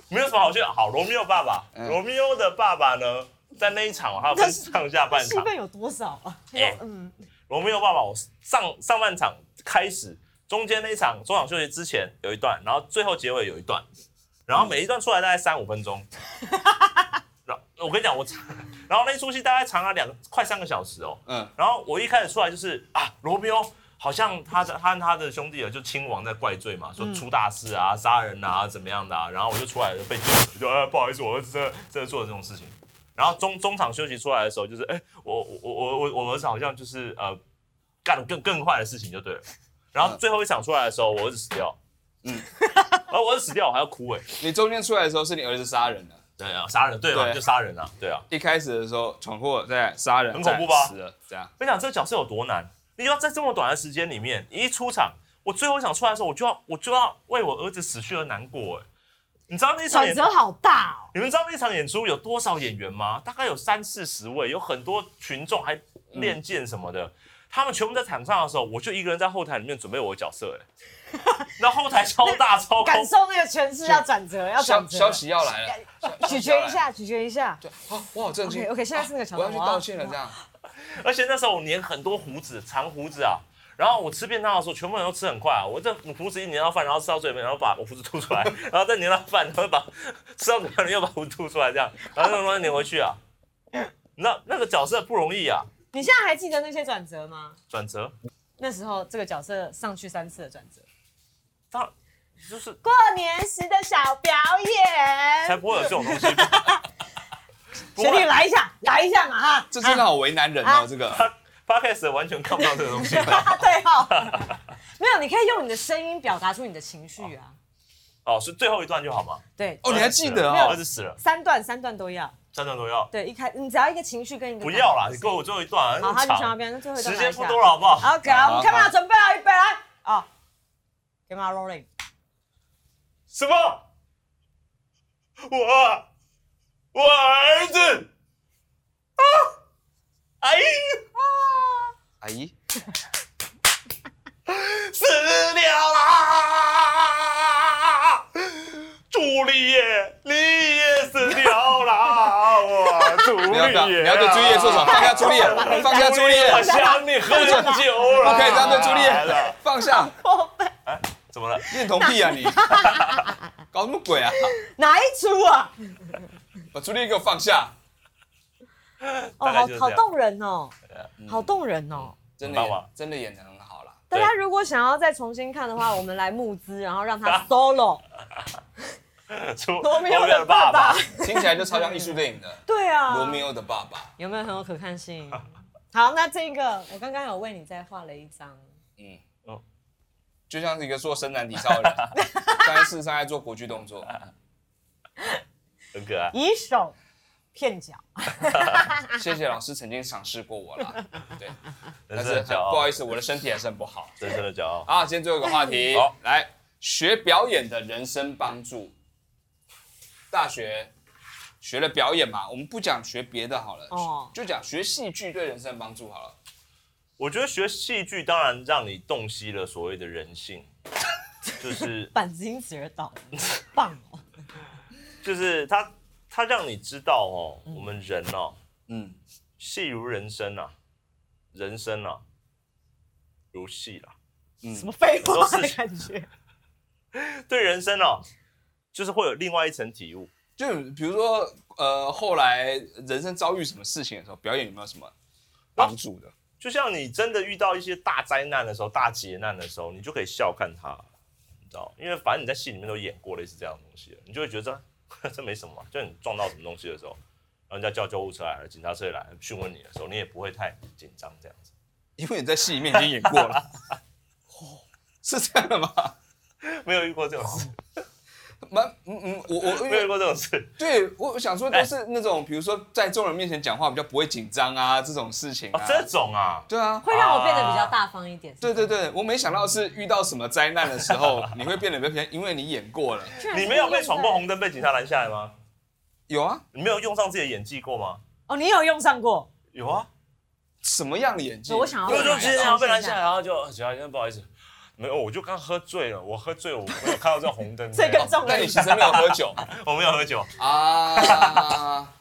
Speaker 3: 没有什么好去好。罗密欧爸爸，
Speaker 1: 嗯
Speaker 3: 罗密欧的爸爸呢，在那一场他分上下半
Speaker 2: 戏
Speaker 3: 场。
Speaker 2: 份有多少啊？
Speaker 3: 哎
Speaker 2: 嗯，
Speaker 3: 罗密欧爸爸，我上上半场开始，中间那一场中场休息之前有一段，然后最后结尾有一段，然后每一段出来大概三五分钟。然后我跟你讲，我然后那一出戏大概长了两快三个小时哦。
Speaker 1: 嗯，
Speaker 3: 然后我一开始出来就是啊，罗密欧好像他的他和他的兄弟啊，就亲王在怪罪嘛，说出大事啊，杀人啊，怎么样的啊。然后我就出来了被救，我就哎不好意思，我儿子真的真的做了这种事情。然后中中场休息出来的时候，就是哎我我我我我儿子好像就是呃干了更更坏的事情就对了。然后最后一场出来的时候，我儿子死掉，
Speaker 1: 嗯
Speaker 3: 嗯， *laughs* 然后我儿子死掉，我还要哭哎、
Speaker 1: 你中间出来的时候是你儿子杀人了，
Speaker 3: 对啊，杀人对嘛，
Speaker 1: 对
Speaker 3: 你就杀人啊，对啊。
Speaker 1: 一开始的时候闯祸在杀人，
Speaker 3: 很恐怖吧
Speaker 1: 再死了，这样
Speaker 3: 我跟你讲，这个角色有多难，你要在这么短的时间里面，你一出场，我最后一场出来的时候，我就要我就要为我儿子死去而难过。哎，你知道那一场
Speaker 2: 转
Speaker 3: 演，
Speaker 2: 折好大哦。
Speaker 3: 你们知道那场演出有多少演员吗？大概有三四十位，有很多群众还练剑什么的。他们全部在场上的时候，我就一个人在后台里面准备我的角色，哎，那后台超 *laughs* 大超空
Speaker 2: 感，受那个诠释要转折，要
Speaker 1: 消
Speaker 2: 转折。
Speaker 1: 消息要来了，
Speaker 2: 咀嚼一下，咀嚼一下。
Speaker 1: 对，哦，我好震惊。
Speaker 2: OK，OK，现在是那个
Speaker 1: 啊
Speaker 2: 桥
Speaker 1: 我
Speaker 2: 段
Speaker 1: 要去道歉了，这样。
Speaker 2: 啊
Speaker 3: 而且那时候我粘很多胡子，长胡子啊。然后我吃便当的时候，全部人都吃很快啊。我这胡子一粘到饭，然后吃到嘴里面，然后把我胡子吐出来，然后再粘到饭，然后把吃到嘴里面又把胡子吐出来，这样，然后那种东西粘回去啊。那那个角色不容易啊，
Speaker 2: 你现在还记得那些转折吗？
Speaker 3: 转折，
Speaker 2: 那时候这个角色上去三次的转折。
Speaker 3: 当然就是
Speaker 2: 过年时的小表
Speaker 3: 才
Speaker 2: 演，
Speaker 3: 不会有这种
Speaker 2: *laughs*
Speaker 3: 东西。不
Speaker 2: 学弟
Speaker 3: 会
Speaker 2: 来一下，来一下嘛哈。
Speaker 1: 这真的好为难人
Speaker 2: 啊
Speaker 1: 哦，这
Speaker 2: *laughs*
Speaker 1: 个。
Speaker 3: ，podcast 完全看不到这个东西。
Speaker 2: 啊，对哈、哦，没有，你可以用你的声音表达出你的情绪啊。
Speaker 3: 好，是最后一段就好嘛。
Speaker 2: 对，
Speaker 1: 哦，你还记得
Speaker 2: 没有
Speaker 3: 儿
Speaker 1: 哦？
Speaker 3: 子死了，
Speaker 2: 三段三段都要。
Speaker 3: 三段都要，
Speaker 2: 对，一开你只要一个情绪跟一个
Speaker 3: 不要啦，
Speaker 2: 感
Speaker 3: 你
Speaker 2: 觉
Speaker 3: 给我最后一段啊，
Speaker 2: 好，他
Speaker 3: 那
Speaker 2: 就想到
Speaker 3: 么
Speaker 2: 别人最后一
Speaker 3: 长，
Speaker 2: 段
Speaker 3: 时
Speaker 2: 拿一
Speaker 3: 间
Speaker 2: 下
Speaker 3: 不多了，好不好？
Speaker 2: OK，好，我们看
Speaker 1: 好
Speaker 2: 到准备好，预备来啊，Camera rolling，
Speaker 3: 什么？我我儿子啊，哎，
Speaker 1: 阿姨，
Speaker 3: 死了啦！朱丽叶，你也死掉啦！我朱丽
Speaker 1: 不
Speaker 3: 叶
Speaker 1: 要
Speaker 3: 啊
Speaker 1: 不要， *laughs* 你要对朱丽叶说什
Speaker 3: *laughs*
Speaker 1: 么？放下朱丽
Speaker 2: 啊
Speaker 1: 叶，放下朱啊丽叶，
Speaker 3: 我想你很久了。
Speaker 1: *laughs* 不可以这样对朱丽
Speaker 3: 来
Speaker 1: 叶
Speaker 3: 了，
Speaker 1: 放下，
Speaker 3: 怎么了？
Speaker 1: 恋童癖啊你，搞什么鬼啊？
Speaker 2: 哪一出啊？
Speaker 1: 把朱丽叶给我放下，
Speaker 2: 哦，
Speaker 3: 大
Speaker 2: 好
Speaker 3: 概就是这样
Speaker 2: 好
Speaker 3: 啊
Speaker 2: 动人哦，
Speaker 1: 嗯
Speaker 2: 好动人哦。
Speaker 1: 真
Speaker 3: 很棒吧
Speaker 1: 的真的演的很好啦。
Speaker 2: 大
Speaker 3: 嗯对
Speaker 2: 家如果想要再重新看的话，我们来募资，然后让
Speaker 3: *laughs*
Speaker 2: 他 solo。
Speaker 3: 出
Speaker 2: 罗密欧
Speaker 3: 的
Speaker 2: 的爸
Speaker 3: 爸
Speaker 2: 爸，
Speaker 1: 听起来就超像艺术电影的
Speaker 2: 对
Speaker 1: 《
Speaker 2: 啊，
Speaker 1: 罗密欧的爸爸
Speaker 2: 有没有很有可看性？好，那这个我刚刚有为你再画了一张，》，
Speaker 1: 嗯
Speaker 3: 哦，
Speaker 1: 就像是一个做伸展体操的人， *laughs* 但是事实上在做国剧动作。
Speaker 3: 很可爱。
Speaker 2: 以手骗脚，
Speaker 1: 谢谢老师曾经赏识过我啦，对，但
Speaker 3: 人
Speaker 1: 是
Speaker 3: 生
Speaker 1: 很
Speaker 3: 骄
Speaker 1: 不好
Speaker 3: 傲
Speaker 1: 意，思，我的身体还是很不好。啊
Speaker 3: 人生的骄傲。
Speaker 1: 好，今天最后一个话题，
Speaker 3: 好
Speaker 1: 来学表演的人生帮助。大学学了表演嘛，我们不讲学别的好了，
Speaker 2: 哦
Speaker 1: 就讲学戏剧对人生帮助好了。
Speaker 3: 我觉得学戏剧当然让你洞悉了所谓的人性，就是
Speaker 2: 板子因此而
Speaker 3: *laughs*
Speaker 2: 倒，棒哦！
Speaker 3: 就是它它让你知道哦，我们人哦，
Speaker 1: 嗯，
Speaker 3: 戏如人生啊，人生啊，如戏啦。
Speaker 2: 什么废话
Speaker 3: 很多
Speaker 2: 的
Speaker 3: 事
Speaker 2: 感觉？
Speaker 3: 对人生哦，就是会有另外一层体悟。
Speaker 1: 就比如说，呃，后来人生遭遇什么事情的时候，表演有没有什么帮助的？
Speaker 3: 就像你真的遇到一些大灾难的时候、大劫难的时候，你就可以笑看它，你知道？因为反正你在戏里面都演过类似这样的东西了，你就会觉得这 *laughs* 这没什么嘛。就你撞到什么东西的时候，然后人家叫救护车来了、警察车也来了询问你的时候，你也不会太紧张这样子。
Speaker 1: 因为你在戏里面已经演过了，哦，是这样的吗？
Speaker 3: 没有遇过这种事，
Speaker 1: 蛮嗯嗯，我我
Speaker 3: 没有遇过这种事。
Speaker 1: 对我想说
Speaker 3: 哎
Speaker 1: 都是那种，比如说在众人面前讲话比较不会紧张啊，这种事情
Speaker 3: 哦
Speaker 1: 啊，，
Speaker 3: 这种啊，
Speaker 1: 对啊，
Speaker 2: 会让我变得比较大方一点。
Speaker 1: 对对对，我没想到是遇到什么灾难的时
Speaker 3: *laughs*
Speaker 1: 候，你会变得比较偏，因为你演过了。
Speaker 2: 居然是
Speaker 3: 你没有被闯过
Speaker 2: 用
Speaker 3: 红灯被警察拦下来吗？
Speaker 1: 有啊，
Speaker 3: 你没有用上自己的演技过吗？
Speaker 2: 在哦，你有用上过？
Speaker 3: 有啊，
Speaker 1: 什么样的演技？
Speaker 2: 我想要
Speaker 3: 因为就
Speaker 2: 被
Speaker 3: 直
Speaker 2: 拦下
Speaker 3: 接啊然后被拦下来，然后就呃警察先生不好意思，没有，我就刚喝醉了，我喝醉了，我没有看 *laughs* 到这红灯。
Speaker 2: 这更重
Speaker 1: 那
Speaker 2: 了
Speaker 1: 你。其实没有喝酒
Speaker 3: 我没有喝酒，
Speaker 1: 啊，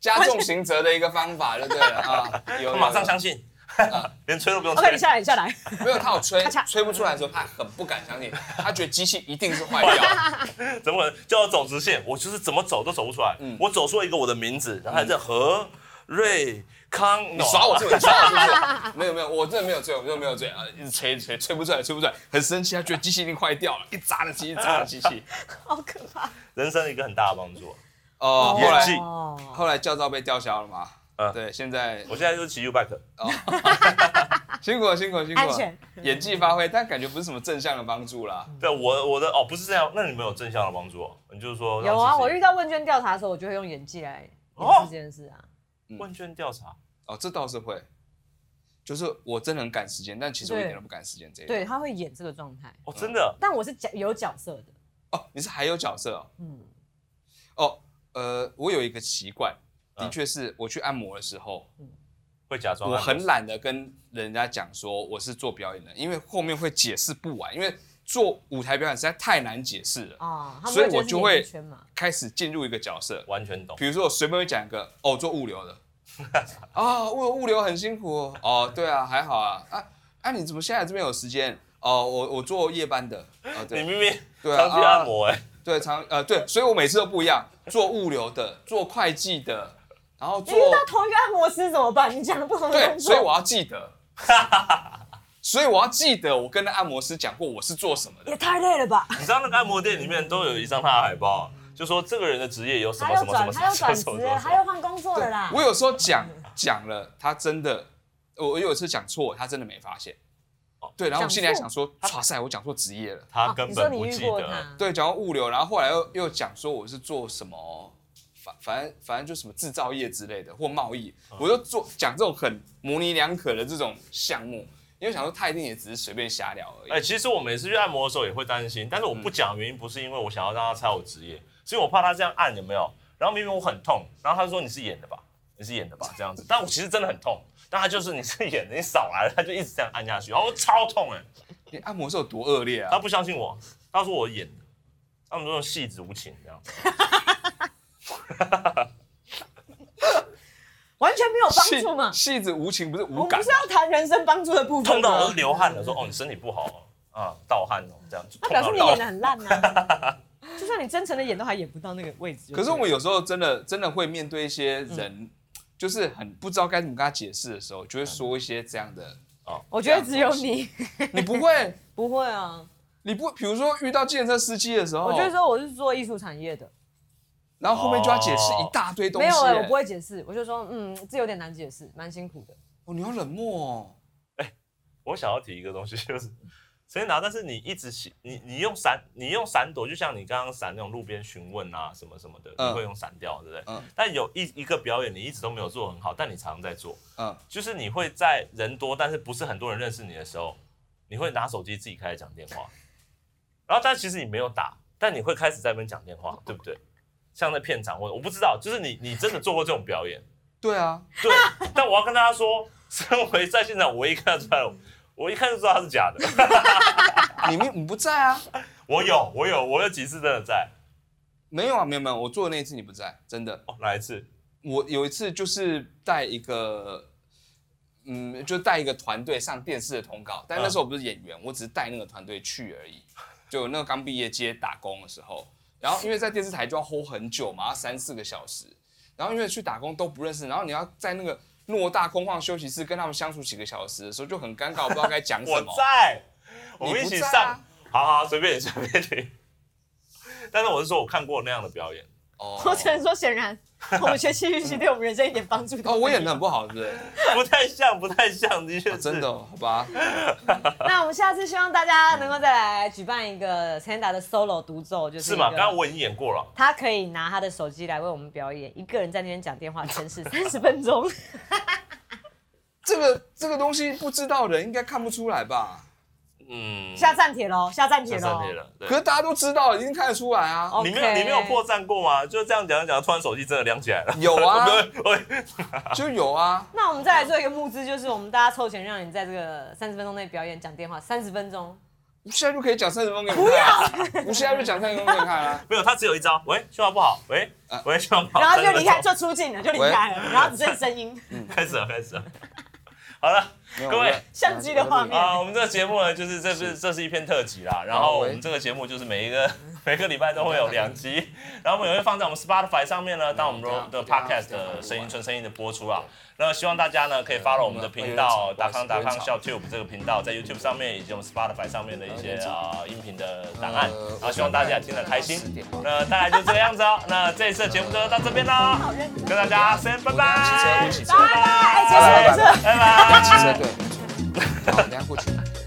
Speaker 1: 加重刑责的一个方法就对了啊。有
Speaker 3: 我
Speaker 1: 有
Speaker 3: 马上相信，
Speaker 1: 啊
Speaker 3: *laughs* 连吹都不用
Speaker 2: OK，
Speaker 3: 吹
Speaker 2: 你。下来，你下来。 *laughs*
Speaker 1: 有没有他有吹
Speaker 2: 咔嚓
Speaker 1: 吹不出来的时候，他很不敢相信，他觉得机器一定是坏掉的。
Speaker 3: 怎么可能叫我走直线？我就是怎么走都走不出来。
Speaker 1: 嗯
Speaker 3: 我走出了一个我的名字，然后还是何瑞康诺。
Speaker 1: 你耍我这个，你耍我是
Speaker 2: *laughs*
Speaker 1: 不是？没有没有，我真的没有醉，我真的没有醉啊！一直吹一直吹，吹不出来，吹不出来，很生气，他觉得机器一定坏掉了，一砸的机器，一砸的机
Speaker 3: *laughs*
Speaker 1: 器。
Speaker 2: 好可怕！
Speaker 3: 人生一个很大的帮助。啊
Speaker 1: 哦，后
Speaker 3: 演
Speaker 1: 来
Speaker 3: 技
Speaker 2: 哦，
Speaker 1: 后来驾照被吊销了嘛？
Speaker 3: 嗯
Speaker 1: 对，现在
Speaker 3: 我现在就是骑 U bike，
Speaker 1: 辛苦了辛苦了辛苦了，
Speaker 2: 安全
Speaker 1: 演技发挥，但感觉不是什么正向的帮助啦。
Speaker 2: 嗯
Speaker 3: 对我我的哦不是这样，那你们有正向的帮助哦？你就是说让
Speaker 2: 有啊，
Speaker 3: 自己
Speaker 2: 我遇到问卷调查的时候，我就会用演技来演
Speaker 3: 哦
Speaker 2: 示这件事啊。
Speaker 3: 问卷调查，
Speaker 1: 哦，这倒是会，就是我真的很赶时间，但其实我一点都不赶时间这一
Speaker 2: 对，
Speaker 1: 点。
Speaker 2: 他会演这个状态，
Speaker 1: 嗯
Speaker 3: 哦真的
Speaker 2: 但我是角有角色的。
Speaker 1: 哦，你是还有角色哦。
Speaker 2: 嗯，
Speaker 1: 哦，呃，我有一个习惯，的
Speaker 3: 嗯
Speaker 1: 确是我去按摩的时候，
Speaker 3: 会假装
Speaker 1: 我
Speaker 3: 按摩
Speaker 1: 很懒得跟人家讲说我是做表演的，因为后面会解释不完，因为做舞台表演实在太难解释了。
Speaker 2: 哦，他们
Speaker 1: 所以
Speaker 2: 觉得
Speaker 1: 我
Speaker 2: 是
Speaker 1: 就
Speaker 2: 演
Speaker 1: 会
Speaker 2: 艺圈嘛，
Speaker 1: 开始进入一个角色，
Speaker 3: 完全懂。
Speaker 1: 比如说我随便会讲一个，哦，我做物流的， *laughs* 啊，物物流很辛苦哦，哦，对啊，还好啊，啊，啊，你怎么现在这边有时间？哦，我我做夜班的，啊，
Speaker 3: 你
Speaker 1: 对
Speaker 3: 明明
Speaker 1: 对啊
Speaker 3: 常去按摩哎、
Speaker 1: 对，常呃对，所以我每次都不一样，做物流的，做会计的，然后
Speaker 2: 你
Speaker 1: 做
Speaker 2: 遇到同一个按摩师怎么办？你讲的不 *laughs* 同的
Speaker 1: 对，
Speaker 2: 工
Speaker 1: 所以我
Speaker 2: 作，
Speaker 1: 要记得，所以我要记得我跟那按摩师讲过我是做什么
Speaker 2: 也
Speaker 1: 的，
Speaker 2: 太累了吧？
Speaker 3: 你知道那个按摩店里面都有一张他的海报，啊就说这个人的职业有什
Speaker 2: 他
Speaker 3: 么什
Speaker 2: 又
Speaker 3: 么什
Speaker 2: 转，
Speaker 3: 么什
Speaker 2: 他
Speaker 3: 么
Speaker 2: 又转
Speaker 3: 什么
Speaker 2: 职
Speaker 3: 什么
Speaker 2: 了，
Speaker 3: 什
Speaker 2: 他
Speaker 3: 么。
Speaker 2: 又换工作了啦。
Speaker 1: 我有时候讲讲了，他真的，我我有一次讲错，他真的没发现。
Speaker 3: 哦
Speaker 1: 对，然后我心里还想说，
Speaker 3: 错
Speaker 1: 哇塞，我讲错职业了。
Speaker 3: 他
Speaker 2: 哦
Speaker 3: 根
Speaker 2: 你说
Speaker 3: 本
Speaker 2: 你
Speaker 3: 不
Speaker 2: 遇
Speaker 3: 记
Speaker 2: 过
Speaker 3: 得。
Speaker 2: 他，，
Speaker 1: 对，讲到物流，然后后来又又讲说我是做什么，反反正反正就什么制造业之类的或贸易，我就做讲这种很模棱两可的这种项目，因为想说他一定也只是随便瞎聊而
Speaker 3: 哎、
Speaker 1: 已。
Speaker 3: 其实我每次去按摩的时候也会担心，但是我
Speaker 2: 嗯
Speaker 3: 不讲的原因不是因为我想要让他猜我职业，是因为我怕他这样按有没有？然后明明我很痛，然后他说你是演的吧，你是演的吧这样子，但我其实真的很痛，但他就是你是演的，你少来了，他就一直这样按下去，然后我超痛哎、
Speaker 1: 你按摩是有多恶劣
Speaker 3: 他
Speaker 1: 啊？
Speaker 3: 不相信我，他说我演的，他们说戏子无情
Speaker 2: *laughs*
Speaker 3: 这样，
Speaker 2: 完全没有帮助嘛
Speaker 1: 戏。戏子无情不是
Speaker 2: 我
Speaker 1: 无
Speaker 2: 们
Speaker 1: 感
Speaker 2: 不是，要谈人生帮助的部分
Speaker 3: 痛
Speaker 2: 吗？
Speaker 3: 到我都流汗了，说哦你身体不好哦啊盗汗哦这样，就
Speaker 2: 那表示
Speaker 3: 痛到
Speaker 2: 你
Speaker 3: 流
Speaker 2: 演
Speaker 3: 汗
Speaker 2: 的很烂啊呐、 *laughs* 就算你真诚的演，都还演不到那个位置。
Speaker 1: 可是我们有时候真的真的会面对一些
Speaker 2: 嗯
Speaker 1: 人，就是很不知道该怎么跟他解释的时候，就会说一些这样的。
Speaker 2: 我觉得只有你
Speaker 1: *laughs* 你不会，
Speaker 2: *laughs* 不会啊。
Speaker 1: 你不，比如说遇到建设司机的时候，
Speaker 2: 我就是说我是做艺术产业的，
Speaker 1: 然后后面就要解释一大堆东
Speaker 2: 没
Speaker 1: 西、
Speaker 2: 有哎、
Speaker 1: 哎，
Speaker 2: 我不会解释，我就说嗯，这有点难解释，蛮辛苦的。
Speaker 1: 哦，你要冷漠哦。
Speaker 3: 我想要提一个东西，就是 *laughs* 陈建达，但是你一直洗，你你用闪，你用闪躲，就像你刚刚闪那种路边询问啊什么什么的，
Speaker 1: 嗯
Speaker 3: 你会用闪掉，对不对？
Speaker 1: 嗯
Speaker 3: 但有一一个表演你一直都没有做很好，但你常常在做，
Speaker 1: 嗯，
Speaker 3: 就是你会在人多但是不是很多人认识你的时候，你会拿手机自己开始讲电话，然后但其实你没有打，但你会开始在那边讲电话，对不对？像在片场或者我不知道，就是你你真的做过这种表演。
Speaker 1: 对啊，
Speaker 3: *laughs* 对，但我要跟大家说， *laughs* 身为在现场唯一看得出来，我一看就知道他是假的。 *laughs*
Speaker 1: 你们你不在啊？
Speaker 3: 我有，我有，我有几次真的在。
Speaker 1: 没有啊，没有没有，我做的那一次你不在，真的。
Speaker 3: 哦，哪一次？
Speaker 1: 我有一次就是带一个，嗯，就带一个团队上电视的通告，但那时候我不是演员，我只是带那个团队去而已。就那个刚毕业接打工的时候，然后因为在电视台就要 hold 很久嘛，要三四个小时，然后因为去打工都不认识，然后你要在那个偌大空旷休息室跟他们相处几个小时的时候，就很尴尬，我不知道该讲什
Speaker 3: 我
Speaker 1: 么。
Speaker 3: 在，
Speaker 1: 你
Speaker 3: 我们一起
Speaker 1: 不在啊
Speaker 3: 上。好好，随便你， *laughs* 随便你。但是我是说，我看过那样的表演。 *laughs*
Speaker 1: 哦
Speaker 2: *laughs* *laughs* 我只能说，显然我们学习预期对我们人生一点帮助都
Speaker 1: 哦，我
Speaker 2: 没有
Speaker 1: 演的很不好，是不是？
Speaker 3: 不太像，不太像，的确、
Speaker 1: 哦真的。哦、好吧。
Speaker 2: 那我们下次希望大家能够再来举办一个陈建达的 solo 独奏，就是
Speaker 3: 是
Speaker 2: 一
Speaker 3: 吗？
Speaker 2: 个
Speaker 3: 刚刚我已经演过了，
Speaker 2: 他可以拿他的手机来为我们表演，一个人在那边讲电 *laughs* 话，真是三十分钟。
Speaker 1: 这个这个东西不知道的人应该看不出来吧？
Speaker 2: *laughs*
Speaker 3: 嗯，
Speaker 2: 下站铁喽，下站铁
Speaker 3: 下
Speaker 2: 喽
Speaker 3: 三。天了。
Speaker 1: 哦
Speaker 3: 对
Speaker 1: 可是大家都知道，已经看得出来啊。
Speaker 2: 哦
Speaker 3: 你没有，你没有
Speaker 2: OK
Speaker 3: 破绽过吗？就这样讲一讲，突然手机真的亮起来了。
Speaker 1: 有
Speaker 2: *laughs*
Speaker 3: *laughs*
Speaker 1: 啊，
Speaker 3: 我我
Speaker 1: 就有啊。
Speaker 2: 那我们再来做一个募资，就是我们大家凑钱，让你在这个三十分钟内表演讲电话，三十分钟。
Speaker 1: 现在就可以讲三十分钟给你看、啊。不要，我现在就讲三十分钟给你看
Speaker 2: *laughs*
Speaker 1: 啊。
Speaker 3: 没有，他只有一招。喂，信号不好。喂
Speaker 1: 啊，
Speaker 3: 喂，信号不好。
Speaker 2: 然后就离开，
Speaker 3: 三分
Speaker 2: 就出境了，就离开了，然后只剩声音。
Speaker 3: 钟 *laughs* 开始了，开始了。好了，
Speaker 1: 没有
Speaker 3: 各位
Speaker 1: 我在
Speaker 2: 相机的画面
Speaker 3: 啊，我们这个节目呢，就是这是这是一篇特辑啦。然后我们这个节目就是每一个每个礼拜都会有两集，然后我们也会放在我们 Spotify 上面呢，当我们的 Podcast 的声音纯声音的播出啦。啊那希望大家呢可以 follow 我们的频道达康达康笑 Tube 这个频道，在 YouTube 上面以及我们 Spotify 上面的一些啊、音频的档案，然后希望大家也听得开心。那大概就这个样子哦，那这一次的节目就到这边啦，跟大家 say 拜
Speaker 1: 我等下骑车，
Speaker 3: 拜
Speaker 2: 哎
Speaker 1: 我，骑车，
Speaker 2: 拜拜，结束了。
Speaker 3: 拜拜。
Speaker 1: 骑车对。好，等下过去。